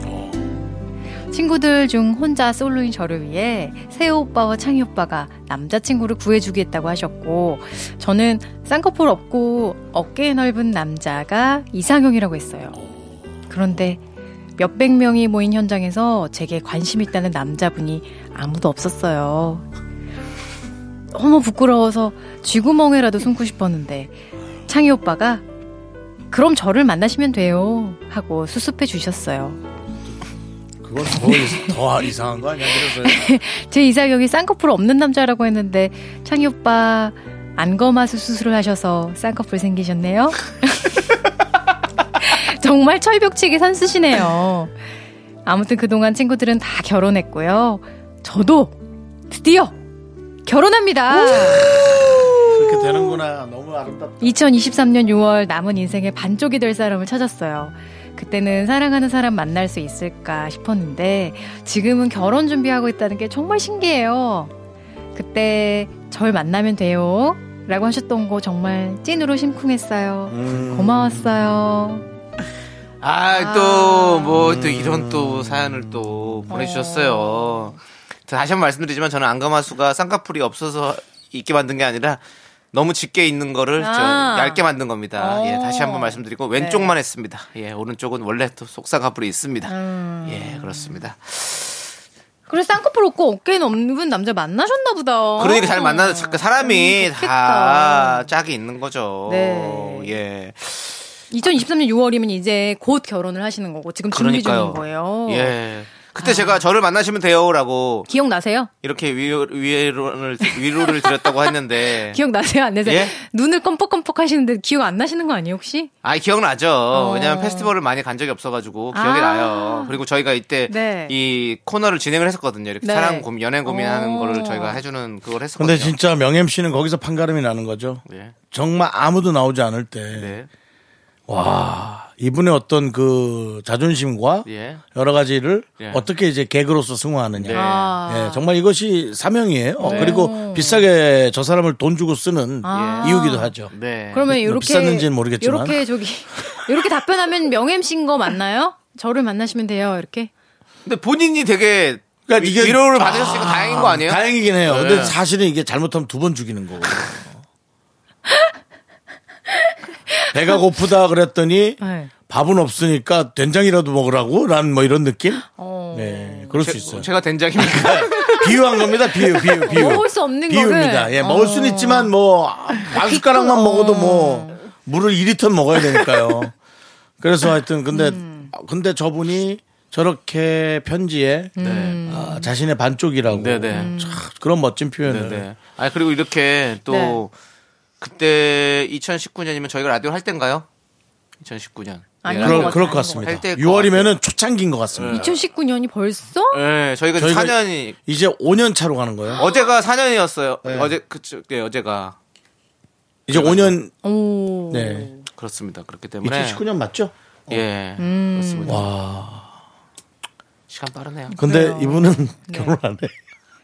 S7: 친구들 중 혼자 솔로인 저를 위해 세호 오빠와 창희 오빠가 남자친구를 구해주겠다고 하셨고 저는 쌍꺼풀 없고 어깨 넓은 남자가 이상형이라고 했어요. 그런데 몇백 명이 모인 현장에서 제게 관심 있다는 남자분이 아무도 없었어요. 너무 부끄러워서 쥐구멍에라도 숨고 싶었는데 창희 오빠가 그럼 저를 만나시면 돼요 하고 수습해 주셨어요.
S2: 그건 더, 이- 더 이상한 거 아니야? 그래서
S7: 제 이상형이 쌍꺼풀 없는 남자라고 했는데 창희 오빠 안검하수 수술을 하셔서 쌍꺼풀 생기셨네요. 정말 철벽치기 선수시네요. 아무튼 그동안 친구들은 다 결혼했고요. 저도 드디어 결혼합니다.
S2: 그렇게 되는구나. 너무 아름답다.
S7: 2023년 6월 남은 인생의 반쪽이 될 사람을 찾았어요. 그때는 사랑하는 사람 만날 수 있을까 싶었는데 지금은 결혼 준비하고 있다는 게 정말 신기해요. 그때 절 만나면 돼요. 라고 하셨던 거 정말 찐으로 심쿵했어요.
S2: 음.
S7: 고마웠어요.
S3: 아, 또, 뭐,
S2: 음.
S3: 또 이런 또 사연을 또 보내주셨어요. 다시 한 번 말씀드리지만 저는 안검하수가 쌍꺼풀이 없어서 있게 만든 게 아니라 너무 짙게 있는 거를 저
S7: 아.
S3: 얇게 만든 겁니다.
S7: 어. 네.
S3: 예, 다시 한 번 말씀드리고 왼쪽만 했습니다. 예, 오른쪽은 원래 또 속쌍꺼풀이 있습니다.
S7: 음.
S3: 예, 그렇습니다.
S7: 그래 쌍꺼풀 없고 어깨는 없는 남자 만나셨나 보다.
S3: 그러니까 잘 만나 그 사람이
S7: 어. 음,
S3: 다
S7: 좋겠다.
S3: 짝이 있는 거죠.
S7: 네.
S3: 예.
S7: 2023년 6월이면 이제 곧 결혼을 하시는 거고 지금 준비
S3: 그러니까요.
S7: 중인 거예요.
S3: 예. 그때 제가 저를 만나시면 돼요라고
S7: 기억나세요?
S3: 이렇게 위로, 위로를 위로를 드렸다고 했는데
S7: 네. 기억나세요? 안 나세요?
S3: 예?
S7: 눈을 껌뻑껌뻑 하시는데 기억 안 나시는 거 아니에요,
S2: 네.
S7: 혹시?
S3: 아 기억나죠. 왜냐하면 페스티벌을 많이 간 적이 없어가지고 기억이
S7: 어. 아.
S3: 나요. 그리고 저희가 이때
S7: 네.
S3: 이 코너를 진행을 했었거든요. 이렇게
S7: 네.
S3: 사랑 고민, 연애 고민하는
S7: 어.
S3: 거를 저희가 해주는 그걸 했었거든요.
S2: 근데 진짜 명 MC는 거기서 판가름이 나는 거죠.
S3: 예.
S2: 정말 아무도 나오지 않을 때.
S3: 네.
S2: 와 이분의 어떤 그 자존심과
S3: 예.
S2: 여러 가지를
S3: 예.
S2: 어떻게 이제 개그로서 승화하느냐.
S3: 네.
S7: 아.
S2: 예, 정말 이것이 사명이에요. 그리고 비싸게 저 사람을 돈 주고 쓰는
S7: 아.
S2: 이유기도 하죠.
S3: 네.
S7: 그러면 이렇게
S2: 뭐 비쌌는지는 모르겠지만.
S7: 이렇게 저기 이렇게 답변하면 명엠신 거 맞나요? 저를 만나시면 돼요, 이렇게.
S3: 근데 본인이 되게
S2: 그러니까 이게-
S3: 위로를 받으셨으니까 다행인 거 아니에요?
S2: 다행이긴 해요.
S3: 네.
S2: 근데 사실은 이게 잘못하면 두 번 죽이는 거고. 배가 고프다 그랬더니
S7: 네.
S2: 밥은 없으니까 된장이라도 먹으라고 난 뭐 이런 느낌?
S7: 어.
S2: 네, 그럴 수 있어요.
S3: 제가 된장입니까?
S2: 비유한 겁니다. 비유, 비유, 비유.
S7: 먹을 수 없는
S2: 비유입니다.
S7: 거를.
S2: 예, 먹을 수는
S7: 어.
S2: 있지만 뭐한 숟가락만
S7: 비꼬-
S2: 먹어도 뭐 물을 2리터 먹어야 되니까요. 그래서 하여튼 근데
S7: 음.
S2: 근데 저분이 저렇게 편지에
S7: 음.
S3: 음.
S2: 아, 자신의 반쪽이라고 음.
S3: 네네.
S2: 참 그런 멋진 표현을
S3: 네. 아 그리고 이렇게 또
S7: 네.
S3: 그때 2019년이면 저희가 라디오 할 때인가요? 2019년.
S7: 아니,
S3: 네,
S7: 그럼-
S3: 라디오.
S2: 그럴, 그럴 것
S7: 아닌 것
S2: 같습니다.
S3: 같아요. 할때것
S2: 6월이면은 초창기인 것 같습니다.
S7: 2019년이 벌써?
S3: 네, 저희가,
S2: 저희가
S3: 4년이 어,
S2: 이제 5년 차로 가는 거예요.
S3: 어제가 4년이었어요. 어제 그쪽 네, 어제가
S2: 이제 5년
S7: 오.
S2: 네.
S3: 그렇습니다. 그렇기 때문에
S2: 2019년 어. 음. 맞죠?
S3: 예 그렇습니다. 시간 빠르네요. 네.
S2: 근데 이분은 결혼 안 해.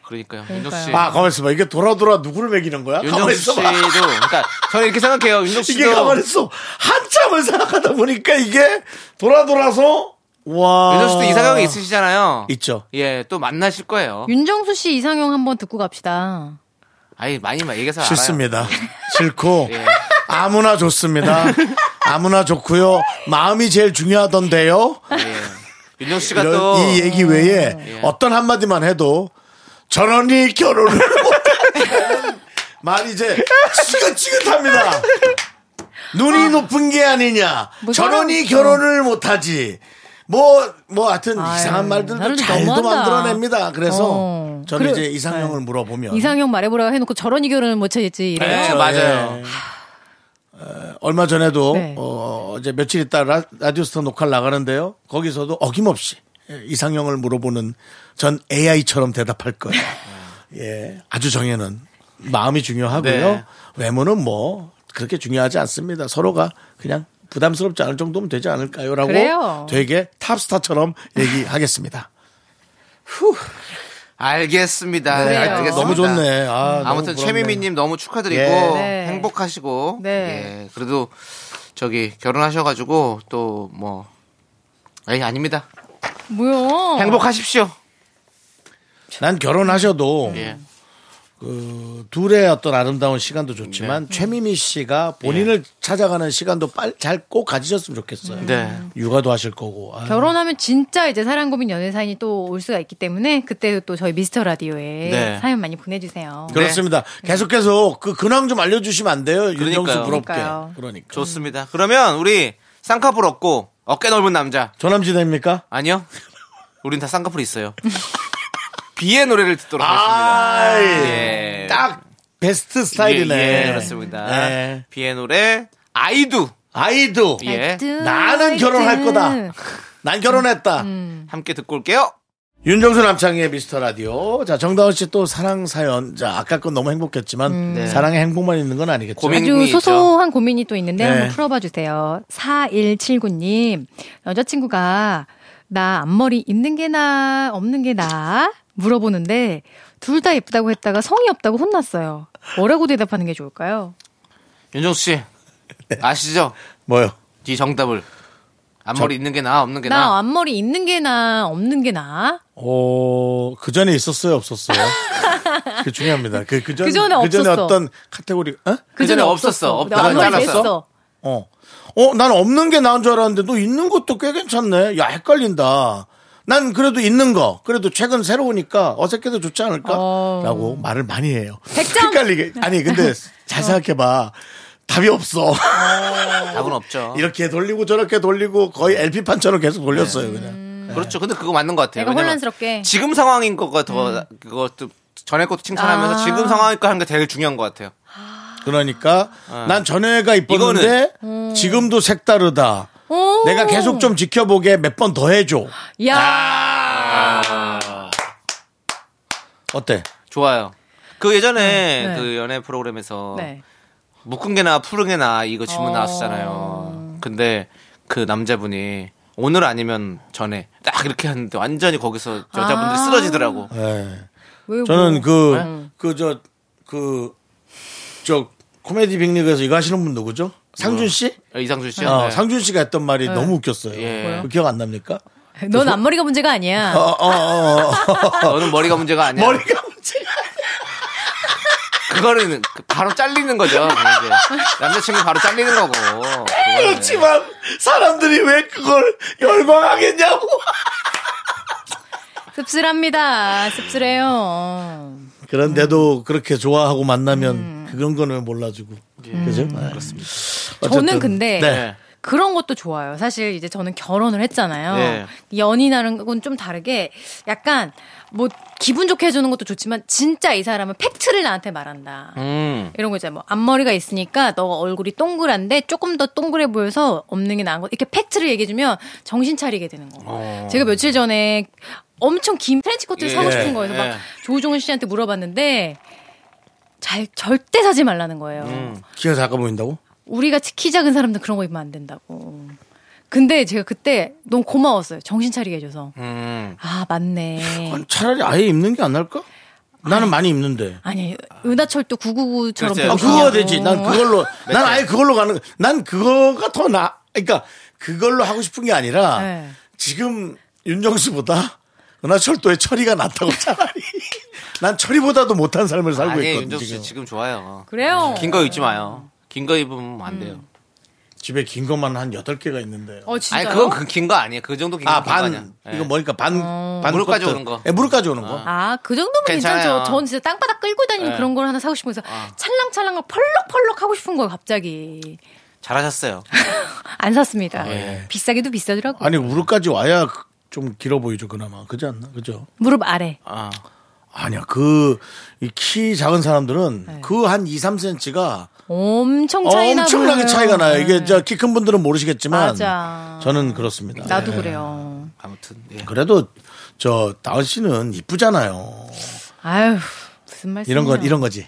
S3: 그러니까요. 윤정
S7: 그러니까요.
S3: 씨.
S2: 아, 가만 있어봐. 이게 돌아 돌아 누구를 매기는 거야?
S3: 네. 윤정
S2: 가만
S3: 씨도
S2: 있어봐.
S3: 그러니까 저는 이렇게 생각해요. 윤정
S2: 이게 가만
S3: 씨도
S2: 있어. 한참을 생각하다 보니까 이게 돌아 돌아서 와.
S3: 윤정 씨도 이상형이 있으시잖아요.
S2: 아. 있죠.
S3: 예, 또 만나실 거예요.
S7: 윤정수 씨 이상형 한번 듣고 갑시다.
S3: 아니 많이 막 얘기해서
S2: 싫습니다. 싫고
S3: 알아요.
S2: 아무나 좋습니다. 아무나 좋고요. 마음이 제일 중요하던데요.
S3: 예, 예. 윤정 씨가
S2: 이런-
S3: 또
S2: 이 얘기 외에
S7: 음, 예.
S2: 어떤 한마디만 해도 전원이 결혼을 못한다는 말이 이제 지긋지긋합니다. 눈이
S7: 아.
S2: 높은 게 아니냐.
S7: 뭐
S2: 전원이
S7: 사람-
S2: 결혼을 못하지. 뭐, 뭐, 하여튼
S7: 아유,
S2: 이상한 말들도
S7: 나를
S2: 잘도
S7: 너무한다.
S2: 만들어냅니다. 그래서
S7: 어.
S2: 저는
S7: 그래-
S2: 이제 이상형을 물어보면
S7: 이상형 말해보라고 해놓고 저런 이결은 못 찾겠지.
S2: 네.
S3: 예,
S7: 이래요.
S3: 맞아요.
S2: 얼마 전에도
S7: 네.
S2: 어, 이제 며칠 있다 라, 디오스터 녹화를 나가는데요. 거기서도 어김없이 이상형을 물어보는 전 AI처럼 대답할 거예요.
S7: 네.
S2: 예, 아주 정해는 마음이 중요하고요.
S3: 네.
S2: 외모는 뭐 그렇게 중요하지 않습니다. 서로가 그냥 부담스럽지 않을 정도면 되지 않을까요라고
S7: 그래요.
S2: 되게 탑스타처럼 얘기하겠습니다.
S3: 알겠습니다. 네,
S7: 그래요.
S3: 알겠습니다.
S2: 네, 아, 너무 좋네. 아, 너무 부럽네.
S3: 아무튼 최미미님 너무 축하드리고
S2: 예.
S7: 네.
S3: 행복하시고
S7: 네.
S3: 예, 그래도 저기 결혼하셔가지고 또 뭐 아니 아닙니다.
S7: 뭐야?
S3: 행복하십시오.
S2: 난 결혼하셔도
S3: 예.
S2: 둘의 어떤 아름다운 시간도 좋지만
S3: 네.
S2: 최미미 씨가
S3: 예.
S2: 본인을 찾아가는 시간도 잘 꼭 가지셨으면 좋겠어요.
S3: 네.
S2: 육아도 하실 거고. 아유.
S7: 결혼하면 진짜 이제 사랑 고민 연애 사연이 또 올 수가 있기 때문에 그때 또 저희 미스터 라디오에
S3: 네.
S7: 사연 많이 보내주세요. 네.
S2: 그렇습니다. 계속 계속 그 근황 좀 알려주시면 안 돼요. 윤정수
S3: 그러니까요.
S2: 부럽게.
S7: 그러니까요.
S2: 그러니까.
S3: 좋습니다. 그러면 우리 쌍꺼풀 없고 어깨 넓은 남자
S2: 조남지대입니까?
S3: 아니요? 우린 다 쌍꺼풀 있어요. 비의 노래를 듣도록 하겠습니다.
S2: 아이,
S3: 예.
S2: 딱 베스트 스타일이네.
S3: 예, 예, 그렇습니다.
S2: 예.
S3: 비의 노래 아이두
S2: 아이도
S3: 예.
S2: 나는
S3: 음.
S2: 결혼할 거다. 난 결혼했다.
S7: 음.
S3: 함께 듣고 올게요.
S2: 윤정수 남창희의 미스터 라디오. 자, 정다은 씨 또 사랑 사연. 자, 아까 건 너무 행복했지만
S7: 음.
S3: 네.
S2: 사랑의 행복만 있는 건 아니겠죠.
S3: 고민-
S7: 아주
S3: 고민이죠.
S7: 소소한 고민이 또 있는데
S2: 네.
S7: 한번 풀어봐 주세요. 4179님 여자친구가 나 앞머리 있는 게 나, 없는 게 나? 물어보는데 둘 다 예쁘다고 했다가 성의 없다고 혼났어요. 뭐라고 대답하는 게 좋을까요?
S3: 윤정수 씨 네. 아시죠?
S2: 뭐요?
S3: 이네 정답을 앞머리 있는 게 나, 없는 게
S7: 나
S3: 나.
S7: 앞머리 있는 게 나, 없는 게 나?
S2: 어, 그 전에 있었어요, 없었어요? 그 중요합니다. 그, 그, 전,
S7: 그 전에
S2: 그 전에
S7: 없었어.
S2: 어떤 카테고리, 어?
S3: 그 전에 없었어.
S7: 근데
S3: 없다가
S7: 앞머리
S3: 잘랐어?
S7: 됐어.
S2: 어. 어, 난 없는 게 나은 줄 알았는데, 너 있는 것도 꽤 괜찮네. 야, 헷갈린다. 난 그래도 있는 거, 그래도 최근 새로우니까 어색해도 좋지 않을까?
S7: 어.
S2: 라고 말을 많이 해요.
S7: 백점!
S2: 헷갈리게. 아니, 근데 잘 생각해봐. 답이 없어.
S3: 답은 없죠.
S2: 이렇게 돌리고 저렇게 돌리고 거의 LP판처럼 계속 돌렸어요, 그냥.
S3: 그렇죠. 근데 그거 맞는 것 같아요.
S7: 내가
S3: 왜냐면
S7: 혼란스럽게. 음.
S3: 지금 상황인 거가 더 그것도 전에 것도 칭찬하면서
S7: 아.
S3: 지금 상황인 거 하는 게 제일 중요한 것 같아요.
S2: 그러니까 난 전에가 이뻤는데 지금도 색다르다.
S7: 오.
S2: 내가 계속 좀 지켜보게 몇 번 더 해줘. 아.
S7: 야.
S2: 어때?
S3: 좋아요. 그 예전에
S7: 네.
S3: 그 연애 프로그램에서
S7: 네.
S3: 묶은 게나 푸른 게나 이거 질문
S7: 어.
S3: 나왔었잖아요. 근데 그 남자분이 오늘 아니면 전에 딱 이렇게 하는데 완전히 거기서 여자분들이
S7: 아.
S3: 쓰러지더라고.
S2: 예.
S7: 왜
S2: 저는
S7: 뭐.
S2: 그, 그, 저, 그, 저, 코미디 빅리그에서 이거 하시는 분 누구죠? 상준 씨?
S3: 이상준 네. 씨.
S2: 어, 상준 씨가 했던 말이 너무 웃겼어요.
S3: 예.
S2: 그거 기억 안 납니까?
S7: 넌 앞머리가 문제가 아니야.
S2: 어, 어, 어, 어.
S3: 너는 머리가 문제가 아니야.
S2: 머리가 문제가.
S3: 그거는 그 바로 잘리는 거죠. 그건 이제. 남자친구 바로 잘리는 거고.
S7: 예,
S3: 그거는.
S2: 그렇지만 사람들이 왜 그걸 열망하겠냐고.
S7: 씁쓸합니다. 씁쓸해요.
S2: 그런데도 그렇게 좋아하고 만나면 그런 건 왜 몰라주고. 예. 음, 그죠? 그렇습니다.
S7: 저는 근데
S2: 네.
S7: 그런 것도 좋아요. 사실 이제 저는 결혼을 했잖아요.
S3: 네.
S7: 연인하는 건 좀 다르게 약간 뭐 기분 좋게 해주는 것도 좋지만 진짜 이 사람은 팩트를 나한테 말한다.
S3: 음.
S7: 이런 거 있잖아요. 뭐 앞머리가 있으니까 너 얼굴이 동그란데 조금 더 동그래 보여서 없는 게 나은 거. 이렇게 팩트를 얘기해주면 정신 차리게 되는 거.
S3: 어.
S7: 제가 며칠 전에 엄청 긴 트렌치코트를 사고 싶은 거에서 막
S3: 예.
S7: 조우종은 씨한테 물어봤는데 잘 절대 사지 말라는 거예요.
S3: 음.
S2: 키가 작아 보인다고?
S7: 우리가 키 작은 사람들 그런 거 입으면 안 된다고. 근데 제가 그때 너무 고마웠어요. 정신 차리게 해줘서.
S3: 음.
S7: 아 맞네.
S2: 아니, 차라리 아예 입는 게 안 나을까? 나는 많이 입는데.
S7: 아니 은하철도 999처럼
S3: 글쎄요.
S2: 아,
S7: 어.
S2: 그거 되지. 난 그걸로, 난
S3: 몇
S2: 아예 그걸로 가는, 거- 난 그거가 더 나, 그러니까 그걸로 하고 싶은 게 아니라
S7: 네.
S2: 지금 윤정수보다 은하철도의 철이가 낫다고 차라리. 난 철이보다도 못한 삶을 살고
S3: 아니
S2: 있거든.
S3: 윤정수
S2: 지금.
S3: 씨 지금 좋아요.
S7: 그래요.
S3: 긴 거 입지 마요. 긴 거 입으면 안
S7: 음,
S3: 돼요.
S2: 집에 긴 것만 한 8개가 있는데.
S7: 어 진짜요?
S3: 아니 그건 그 긴 거 아니에요. 그 정도 긴거
S2: 아,
S3: 긴거
S2: 반.
S3: 아니야. 예.
S2: 이거 뭐니까 반, 반.
S3: 무릎까지
S2: 것들.
S3: 오는 거.
S2: 예, 무릎까지 오는 거.
S7: 어. 아, 그 정도면
S3: 괜찮아요.
S7: 괜찮죠. 전 진짜 땅바닥 끌고
S2: 네.
S7: 다니는 그런 걸 하나 사고 싶어서
S2: 아.
S7: 찰랑찰랑 걸 펄럭펄럭 하고 싶은 거예요, 갑자기.
S3: 잘하셨어요.
S7: 안
S2: 아,
S7: 샀습니다.
S2: 예.
S7: 비싸기도 비싸더라고요.
S2: 아니, 무릎까지 와야 그- 좀 길어 보이죠, 그나마. 그지 않나? 그죠?
S7: 무릎 아래.
S3: 아.
S2: 아니야, 그, 이 키 작은 사람들은 그 한 2, 3cm가
S7: 네. 엄청 차이나
S2: 엄청나게
S7: 보여요.
S2: 차이가 나요. 이게
S7: 네.
S2: 키 큰 분들은 모르시겠지만
S7: 맞아.
S2: 저는 그렇습니다.
S7: 나도
S2: 예.
S7: 그래요.
S3: 아무튼 예.
S2: 그래도 저 다은 씨는 이쁘잖아요.
S7: 아유, 무슨 말씀
S2: 이런 거 이런 거지.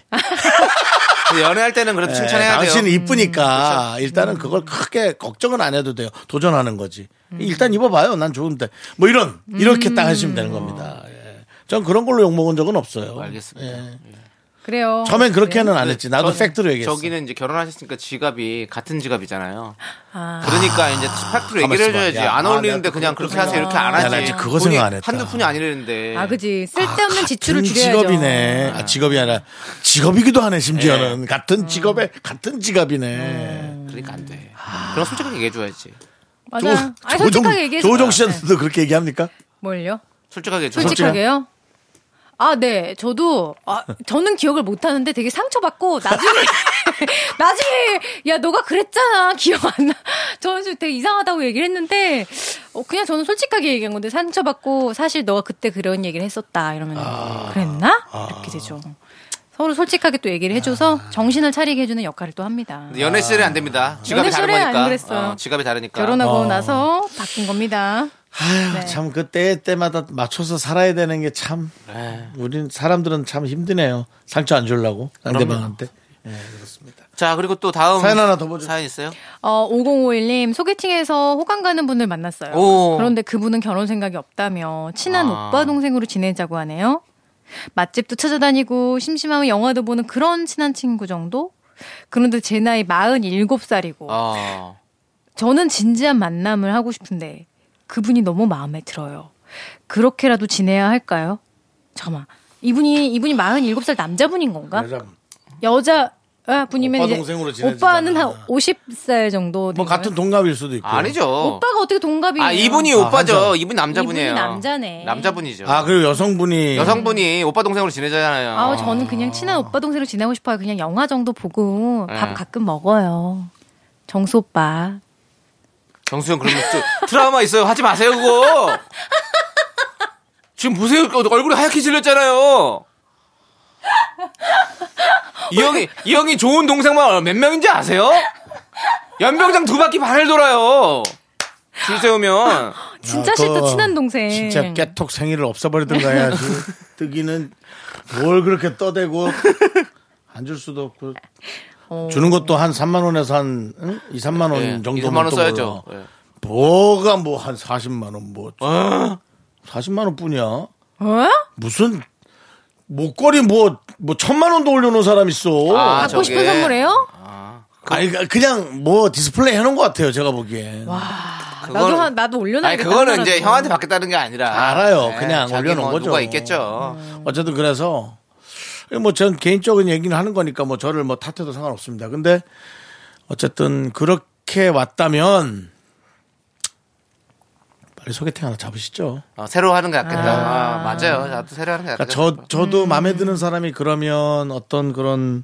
S3: 근데 연애할 때는 그래도 칭찬해야
S2: 다은
S3: 돼요. 음, 그렇죠.
S2: 씨는 예, 이쁘니까 일단은 그걸 크게 걱정은 안 해도 돼요. 도전하는 거지. 음. 일단 입어봐요. 난 좋은데 뭐 이런 이렇게 딱 하시면 되는 겁니다. 예. 전 그런 걸로 욕 먹은 적은 없어요.
S3: 음. 알겠습니다. 네.
S2: 예.
S7: 그래요.
S2: 처음엔 그렇게는 안 했지. 나도
S3: 전-
S2: 팩트로 얘기했어.
S3: 저기는 이제 결혼하셨으니까 지갑이 같은 지갑이잖아요.
S7: 아,
S3: 그러니까 이제 팩트로
S2: 가만
S3: 얘기를
S2: 있어봐.
S3: 해줘야지.
S2: 야,
S3: 안
S2: 아,
S3: 어울리는데
S2: 내가
S3: 그냥
S2: 그거
S3: 그렇게 하세요. 이렇게 안 하지.
S2: 야, 나 이제 그거
S3: 돈이
S2: 생각 안 했다.
S3: 한두 푼이 아니라는데.
S7: 아 그지. 쓸데없는 지출을
S2: 같은
S7: 줄여야죠.
S2: 직업이네. 아, 직업이 아니라 직업이기도 하네 심지어는
S3: 음.
S2: 같은 직업에 같은 직업이네.
S3: 그러니까 안 돼.
S7: 아.
S3: 그럼 솔직하게 얘기해줘야지.
S7: 맞아. 아,
S2: 조종-
S7: 솔직하게 네. 얘기해.
S2: 조종 씨한테도 그렇게 얘기합니까?
S7: 뭘요?
S3: 솔직하게 해줘.
S7: 솔직하게요? 아, 네. 저도, 아, 저는 기억을 못하는데 되게 상처받고, 나중에, 나중에, 야, 너가 그랬잖아. 기억 안 나. 저는 좀 되게 이상하다고 얘기를 했는데, 어, 그냥 저는 솔직하게 얘기한 건데, 상처받고, 사실 너가 그때 그런 얘기를 했었다. 이러면,
S2: 아.
S7: 그랬나? 이렇게 되죠. 서로 솔직하게 또 얘기를 해줘서, 정신을 차리게 해주는 역할을 또 합니다.
S3: 근데 연애 시절에 안 됩니다. 지갑이
S7: 연애
S3: 다른
S7: 시절에 안
S3: 거니까.
S7: 그랬어요.
S3: 어, 지갑이 다르니까.
S7: 결혼하고 나서 바뀐 겁니다. 네.
S2: 아, 참 그때 때마다 맞춰서 살아야 되는 게 참
S3: 네.
S2: 우린 사람들은 참 힘드네요. 상처 안 주려고 상대방한테.
S3: 자 그리고 또 다음
S2: 사연 하나 더 보죠.
S3: 사연 있어요?
S7: 어, 5051님, 소개팅에서 호감 가는 분을 만났어요.
S3: 오.
S7: 그런데 그분은 결혼 생각이 없다며 친한
S3: 아.
S7: 오빠 동생으로 지내자고 하네요. 맛집도 찾아다니고 심심하면 영화도 보는 그런 친한 친구 정도? 그런데 제 나이 47살이고
S3: 어.
S7: 저는 진지한 만남을 하고 싶은데 그분이 너무 마음에 들어요. 그렇게라도 지내야 할까요? 잠깐만. 이분이 이분이 47살 남자분인 건가?
S3: 네,
S7: 여자 아, 분이면
S2: 오빠
S7: 이제
S2: 동생으로 지내지
S7: 오빠는 한
S2: 않아.
S7: 50살 정도
S2: 뭐
S7: 된
S2: 같은 동갑일 수도 있고.
S3: 아니죠.
S7: 오빠가 어떻게 동갑이에요?
S3: 아 이분이 오빠죠. 이분 남자분이에요.
S7: 이분이 남자네.
S3: 남자분이죠.
S2: 아 그리고 여성분이
S3: 여성분이 오빠 동생으로 지내잖아요.
S7: 아우 저는 그냥 친한 오빠 동생으로 지내고 싶어요. 그냥 영화 정도 보고
S2: 네.
S7: 밥 가끔 먹어요. 정수 오빠.
S3: 정수영 그런 모습 트라우마 있어요. 하지 마세요 그거. 지금 보세요. 어, 얼굴이 하얗게 질렸잖아요. 이 형이 이 형이 좋은 동생만 몇 명인지 아세요? 연병장 두 바퀴 반을 돌아요. 줄 세우면
S7: 진짜
S2: 아,
S7: 싫다
S2: 그거
S7: 친한 동생.
S2: 진짜 깨톡 생일을 없애버리든가 해야지. 뜨기는 뭘 그렇게 떠대고 안 줄 수도 없고.
S7: 어.
S2: 주는 것도 한 3만 원에서 한 응? 2, 3만 뭐. 원
S3: 예,
S2: 정도
S3: 2~3만 원 써야죠. 예.
S2: 뭐가 뭐 한 40만 원 뭐.
S3: 아,
S2: 40만 원뿐이야.
S7: 어?
S2: 무슨 목걸이 뭐, 뭐 천만 원도 올려놓은 사람 있어. 아,
S3: 아,
S7: 갖고 싶은
S3: 저게.
S7: 선물이에요?
S2: 니 그냥 뭐 디스플레이 해놓은 것 같아요. 제가 보기엔.
S7: 나도 한- 나도 올려놔야겠다.
S3: 예. 아니 그거는 이제
S7: 하나라도.
S3: 형한테 받겠다는 게 아니라
S2: 알아요.
S3: 예,
S2: 그냥
S3: 자기
S2: 올려놓은
S3: 뭐
S2: 거죠.
S3: 누가 있겠죠.
S7: 음.
S2: 어쨌든 그래서 뭐 전 개인적인 얘기를 하는 거니까 뭐 저를 뭐 탓해도 상관없습니다. 근데 어쨌든 그렇게 왔다면 빨리 소개팅 하나 잡으시죠.
S3: 어, 새로 하는 게 낫겠다. 아, 맞아요. 나도 새로 하는 게
S2: 그러니까
S3: 낫겠다.
S2: 저 저도 마음에 드는 사람이 그러면 어떤 그런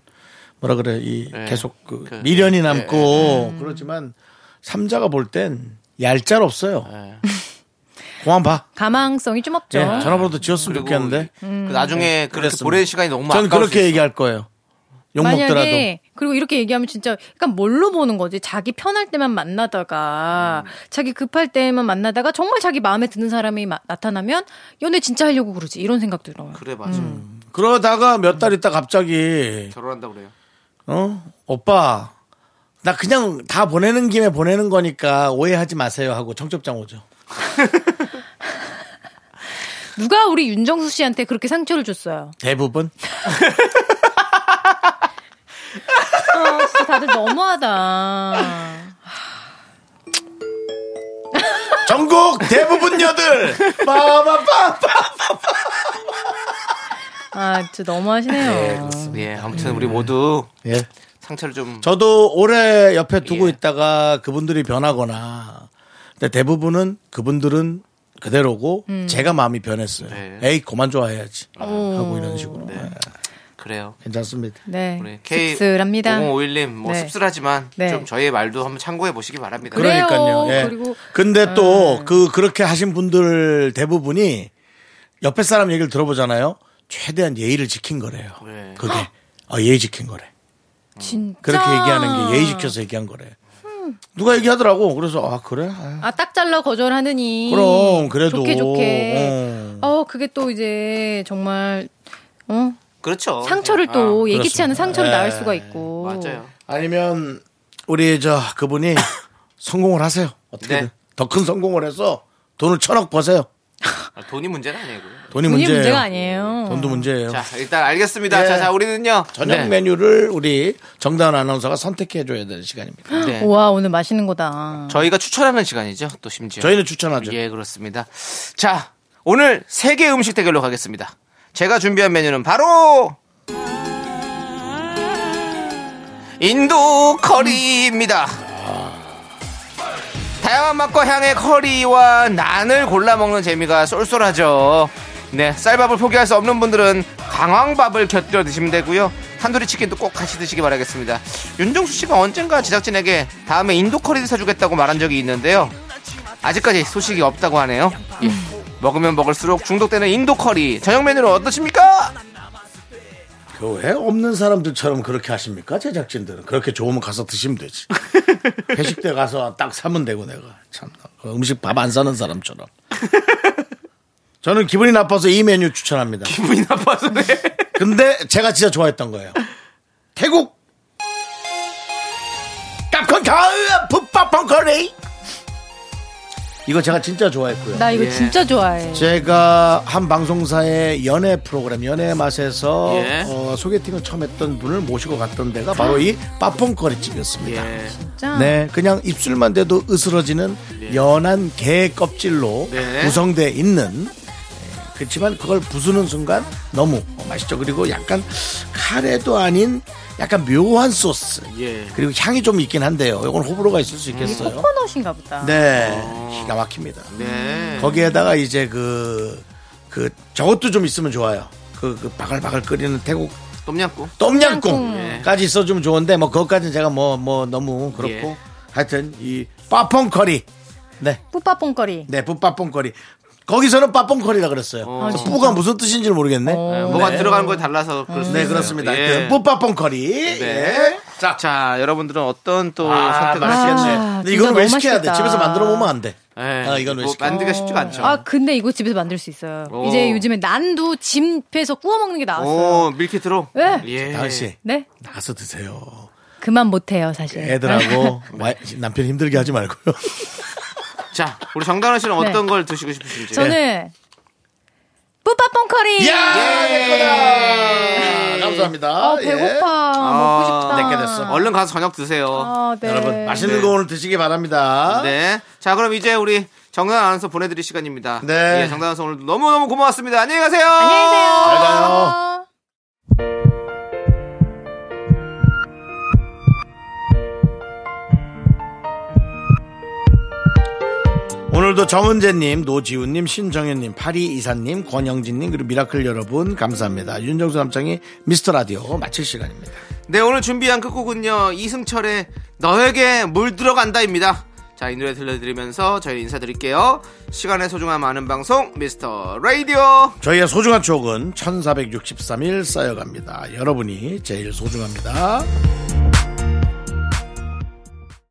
S2: 뭐라 그래 이
S3: 예.
S2: 계속 그
S3: 그,
S2: 미련이 남고 음. 그러지만 삼자가 볼 땐 얄짤 없어요.
S3: 예.
S2: 공안 봐.
S7: 가망성이 좀 없죠.
S2: 예, 전화번호도 지웠으면
S3: 그리고
S2: 좋겠는데 네,
S3: 이-
S7: 음.
S3: 그 나중에 그렇게
S2: 그랬습니다.
S3: 보낸 시간이 너무
S2: 저는
S3: 아까울
S2: 그렇게
S3: 수 있어요.
S2: 얘기할 거예요. 욕 먹더라도.
S7: 만약에 그리고 이렇게 얘기하면 진짜 그러니까 뭘로 보는 거지 자기 편할 때만 만나다가
S3: 음.
S7: 자기 급할 때만 만나다가 정말 자기 마음에 드는 사람이 마- 나타나면 연애 진짜 하려고 그러지 이런 생각 들어요.
S3: 그래 맞아. 요
S2: 그러다가 몇 달 있다 갑자기
S3: 결혼한다 그래요.
S2: 어 오빠 나 그냥 다 보내는 김에 보내는 거니까 오해하지 마세요 하고 청첩장 오죠.
S7: 누가 우리 윤정수 씨한테 그렇게 상처를 줬어요?
S2: 대부분
S7: 어, 진짜 다들 너무하다.
S2: 전국 대부분 여들 빠바빠빠
S7: 아, 진짜 너무하시네요.
S3: 예, 아무튼 우리 모두
S2: 예.
S3: 상처를 좀
S2: 음. 저도 오래 옆에 두고
S3: 예.
S2: 있다가 그분들이 변하거나 근데 대부분은 그분들은 그대로고 제가 마음이 변했어요.
S3: 네.
S2: 에이 그만 좋아해야지
S7: 어.
S2: 하고 이런 식으로 예,
S3: 그래요.
S2: 괜찮습니다.
S7: 네.
S3: 우리 K
S7: 씁쓸합니다.
S3: 5051님 뭐
S7: 네.
S3: 씁쓸하지만
S7: 네.
S3: 좀 저희의 말도 한번 참고해 보시기 바랍니다.
S7: 그래. 그래요.
S2: 그러니까요. 예.
S7: 그리고- 예.
S2: 근데 또 그 그렇게 하신 분들 대부분이 옆에 사람 얘기를 들어보잖아요. 최대한 예의를 지킨 거래요.
S3: 네.
S2: 그게 아, 예의 지킨 거래.
S7: 진짜.
S2: 그렇게 얘기하는 게 예의 지켜서 얘기한 거래. 누가 얘기하더라고. 그래서 아 그래. 아,
S7: 아, 딱 잘라 거절하느니.
S2: 그럼, 그래도.
S7: 좋게, 좋게.
S2: 어.
S7: 어, 그게 또 이제 정말, 어?
S3: 그렇죠.
S7: 상처를
S3: 네.
S7: 또 예기치
S2: 그렇습니다.
S7: 않은 상처를
S2: 예.
S7: 낳을 수가
S3: 아,
S7: 있고.
S3: 맞아요.
S2: 아니면 우리 저 그분이 성공을 하세요. 어떻게든
S3: 네.
S2: 더 큰 성공을 해서 돈을 천억 버세요.
S3: 아, 돈이 문제는 아니고요.
S2: 돈이
S7: 돈이
S2: 문제예요.
S7: 문제가 아니에요.
S2: 돈도 문제예요.
S3: 자, 일단 알겠습니다.
S2: 예.
S3: 자, 자, 우리는요.
S2: 네. 저녁
S3: 네.
S2: 메뉴를 우리 정다은 아나운서가 선택해 줘야 되는 시간입니다.
S3: 네.
S7: 와, 오늘 맛있는 거다.
S3: 저희가 추천하는 시간이죠. 또 심지어.
S2: 저희는 추천하죠.
S3: 예, 그렇습니다. 자, 오늘 세계 음식 대결로 가겠습니다. 제가 준비한 메뉴는 바로 인도 커리입니다. 다양한 맛과 향의 커리와 난을 골라 먹는 재미가 쏠쏠하죠. 네, 쌀밥을 포기할 수 없는 분들은 강황밥을 곁들여 드시면 되고요. 탄두리 치킨도 꼭 같이 드시기 바라겠습니다. 윤정수 씨가 언젠가 제작진에게 다음에 인도 커리를 사주겠다고 말한 적이 있는데요. 아직까지 소식이 없다고 하네요. 예. 먹으면 먹을수록 중독되는 인도 커리 저녁 메뉴는 어떠십니까?
S2: 그 왜 없는 사람들처럼 그렇게 하십니까? 제작진들은 그렇게 좋으면 가서 드시면 되지. 회식 때 가서 딱 사면 되고 내가 참 그 음식 밥 안 사는 사람처럼. 저는 기분이 나빠서 이 메뉴 추천합니다.
S3: 기분이 나빠서 네.
S2: 근데 제가 진짜 좋아했던 거예요. 태국 깝콘 가을 풋밥 펑커리 이거 제가 진짜 좋아했고요.
S7: 나 이거
S3: 예.
S7: 진짜 좋아해.
S2: 제가 한 방송사의 연애 프로그램 연애 맛에서
S3: 예.
S2: 어, 소개팅을 처음 했던 분을 모시고 갔던 데가 바로 이 빠뽕거리 집이었습니다.
S3: 예.
S7: 진짜.
S2: 네, 그냥 입술만 대도 으스러지는 연한 개 껍질로
S3: 네.
S2: 구성돼 있는 예, 그렇지만 그걸 부수는 순간 너무 맛있죠. 그리고 약간 카레도 아닌 약간 묘한 소스
S3: 예. 음.
S2: 그리고 향이 좀 있긴 한데요. 이건 호불호가 있을 수 있겠어요.
S7: 코코넛인가 보다.
S2: 네,
S3: 어.
S2: 기가 막힙니다.
S3: 네.
S2: 거기에다가 이제 그, 그, 저것도 좀 있으면 좋아요. 그, 그 바글바글 끓이는 태국 어,
S3: 똠양꿍.
S2: 똠양꿍까지 있어주면 좋은데, 뭐, 그것까지는 제가 뭐, 뭐, 너무 그렇고.
S3: 예.
S2: 하여튼, 이, 빠펑커리. 네,
S7: 뿌빠뽕거리.
S2: 네, 뿌빠펑커리. 거기서는 빠펑커리라 그랬어요.
S3: 어.
S2: 저 뿌가 무슨 뜻인지는 모르겠네.
S3: 네,
S7: 어.
S3: 뭐가 들어가는 거에 달라서 그럴 수
S2: 네,
S3: 있어요.
S2: 그렇습니다.
S3: 예.
S2: 하여튼 뭐 뿌빠펑커리. 예.
S3: 자, 자, 여러분들은 어떤 또
S2: 아,
S3: 선택을
S7: 맛있겠다.
S3: 하시겠어요?
S2: 맛있겠네.
S7: 아,
S2: 근데 이건
S7: 진짜
S2: 왜
S7: 너무
S2: 시켜야 돼?
S7: 맛있겠다.
S2: 집에서 만들어 먹으면 안 돼.
S3: 예.
S2: 아, 이건 왜
S3: 뭐
S2: 시켜?
S3: 만들기가 쉽지가 않죠.
S7: 아, 근데 이거 집에서 만들 수 있어요.
S3: 오.
S7: 이제 요즘에 난도 집에서 구워 먹는 게 나왔어요.
S3: 오, 밀키트로?
S7: 네.
S3: 예.
S2: 다은 씨,
S7: 네?
S2: 나가서 드세요.
S7: 그만 못해요, 사실.
S2: 예. 애들하고 와- 남편 힘들게 하지 말고요.
S3: 자, 우리 정다은 씨는
S7: 네.
S3: 어떤 걸 드시고 싶으신지.
S7: 저는 뿌빠뽕커리.
S2: 야, 내 거다. 감사합니다. 예.
S7: 아, 배고파. 먹고 싶다.
S2: 내게 됐어.
S3: 예. 얼른 가서 저녁 드세요.
S7: 아, 네.
S2: 예. 여러분 맛있는
S3: 네.
S2: 거 오늘 드시기
S7: 아.
S2: 바랍니다.
S3: 네. 자, 그럼 이제 우리 정다은 아나운서 보내드릴 시간입니다.
S2: 네.
S3: 예, 정다은 아나운서 오늘 너무너무 고마웠습니다. 안녕히 가세요.
S7: 안녕히 계세요.
S2: 잘 가요. 오늘도 정은재님, 노지훈님, 신정현님, 파리 이사님, 권영진님 그리고 미라클 여러분 감사합니다. 윤정수 남창희 미스터 라디오 마칠 시간입니다.
S3: 네, 오늘 준비한 끝곡은요. 이승철의 너에게 물 들어간다입니다. 자, 이 노래 들려드리면서 저희 인사드릴게요. 시간의 소중함 아는 방송, 미스터 라디오.
S2: 저희의 소중한 추억은 1463일 쌓여갑니다. 여러분이 제일 소중합니다.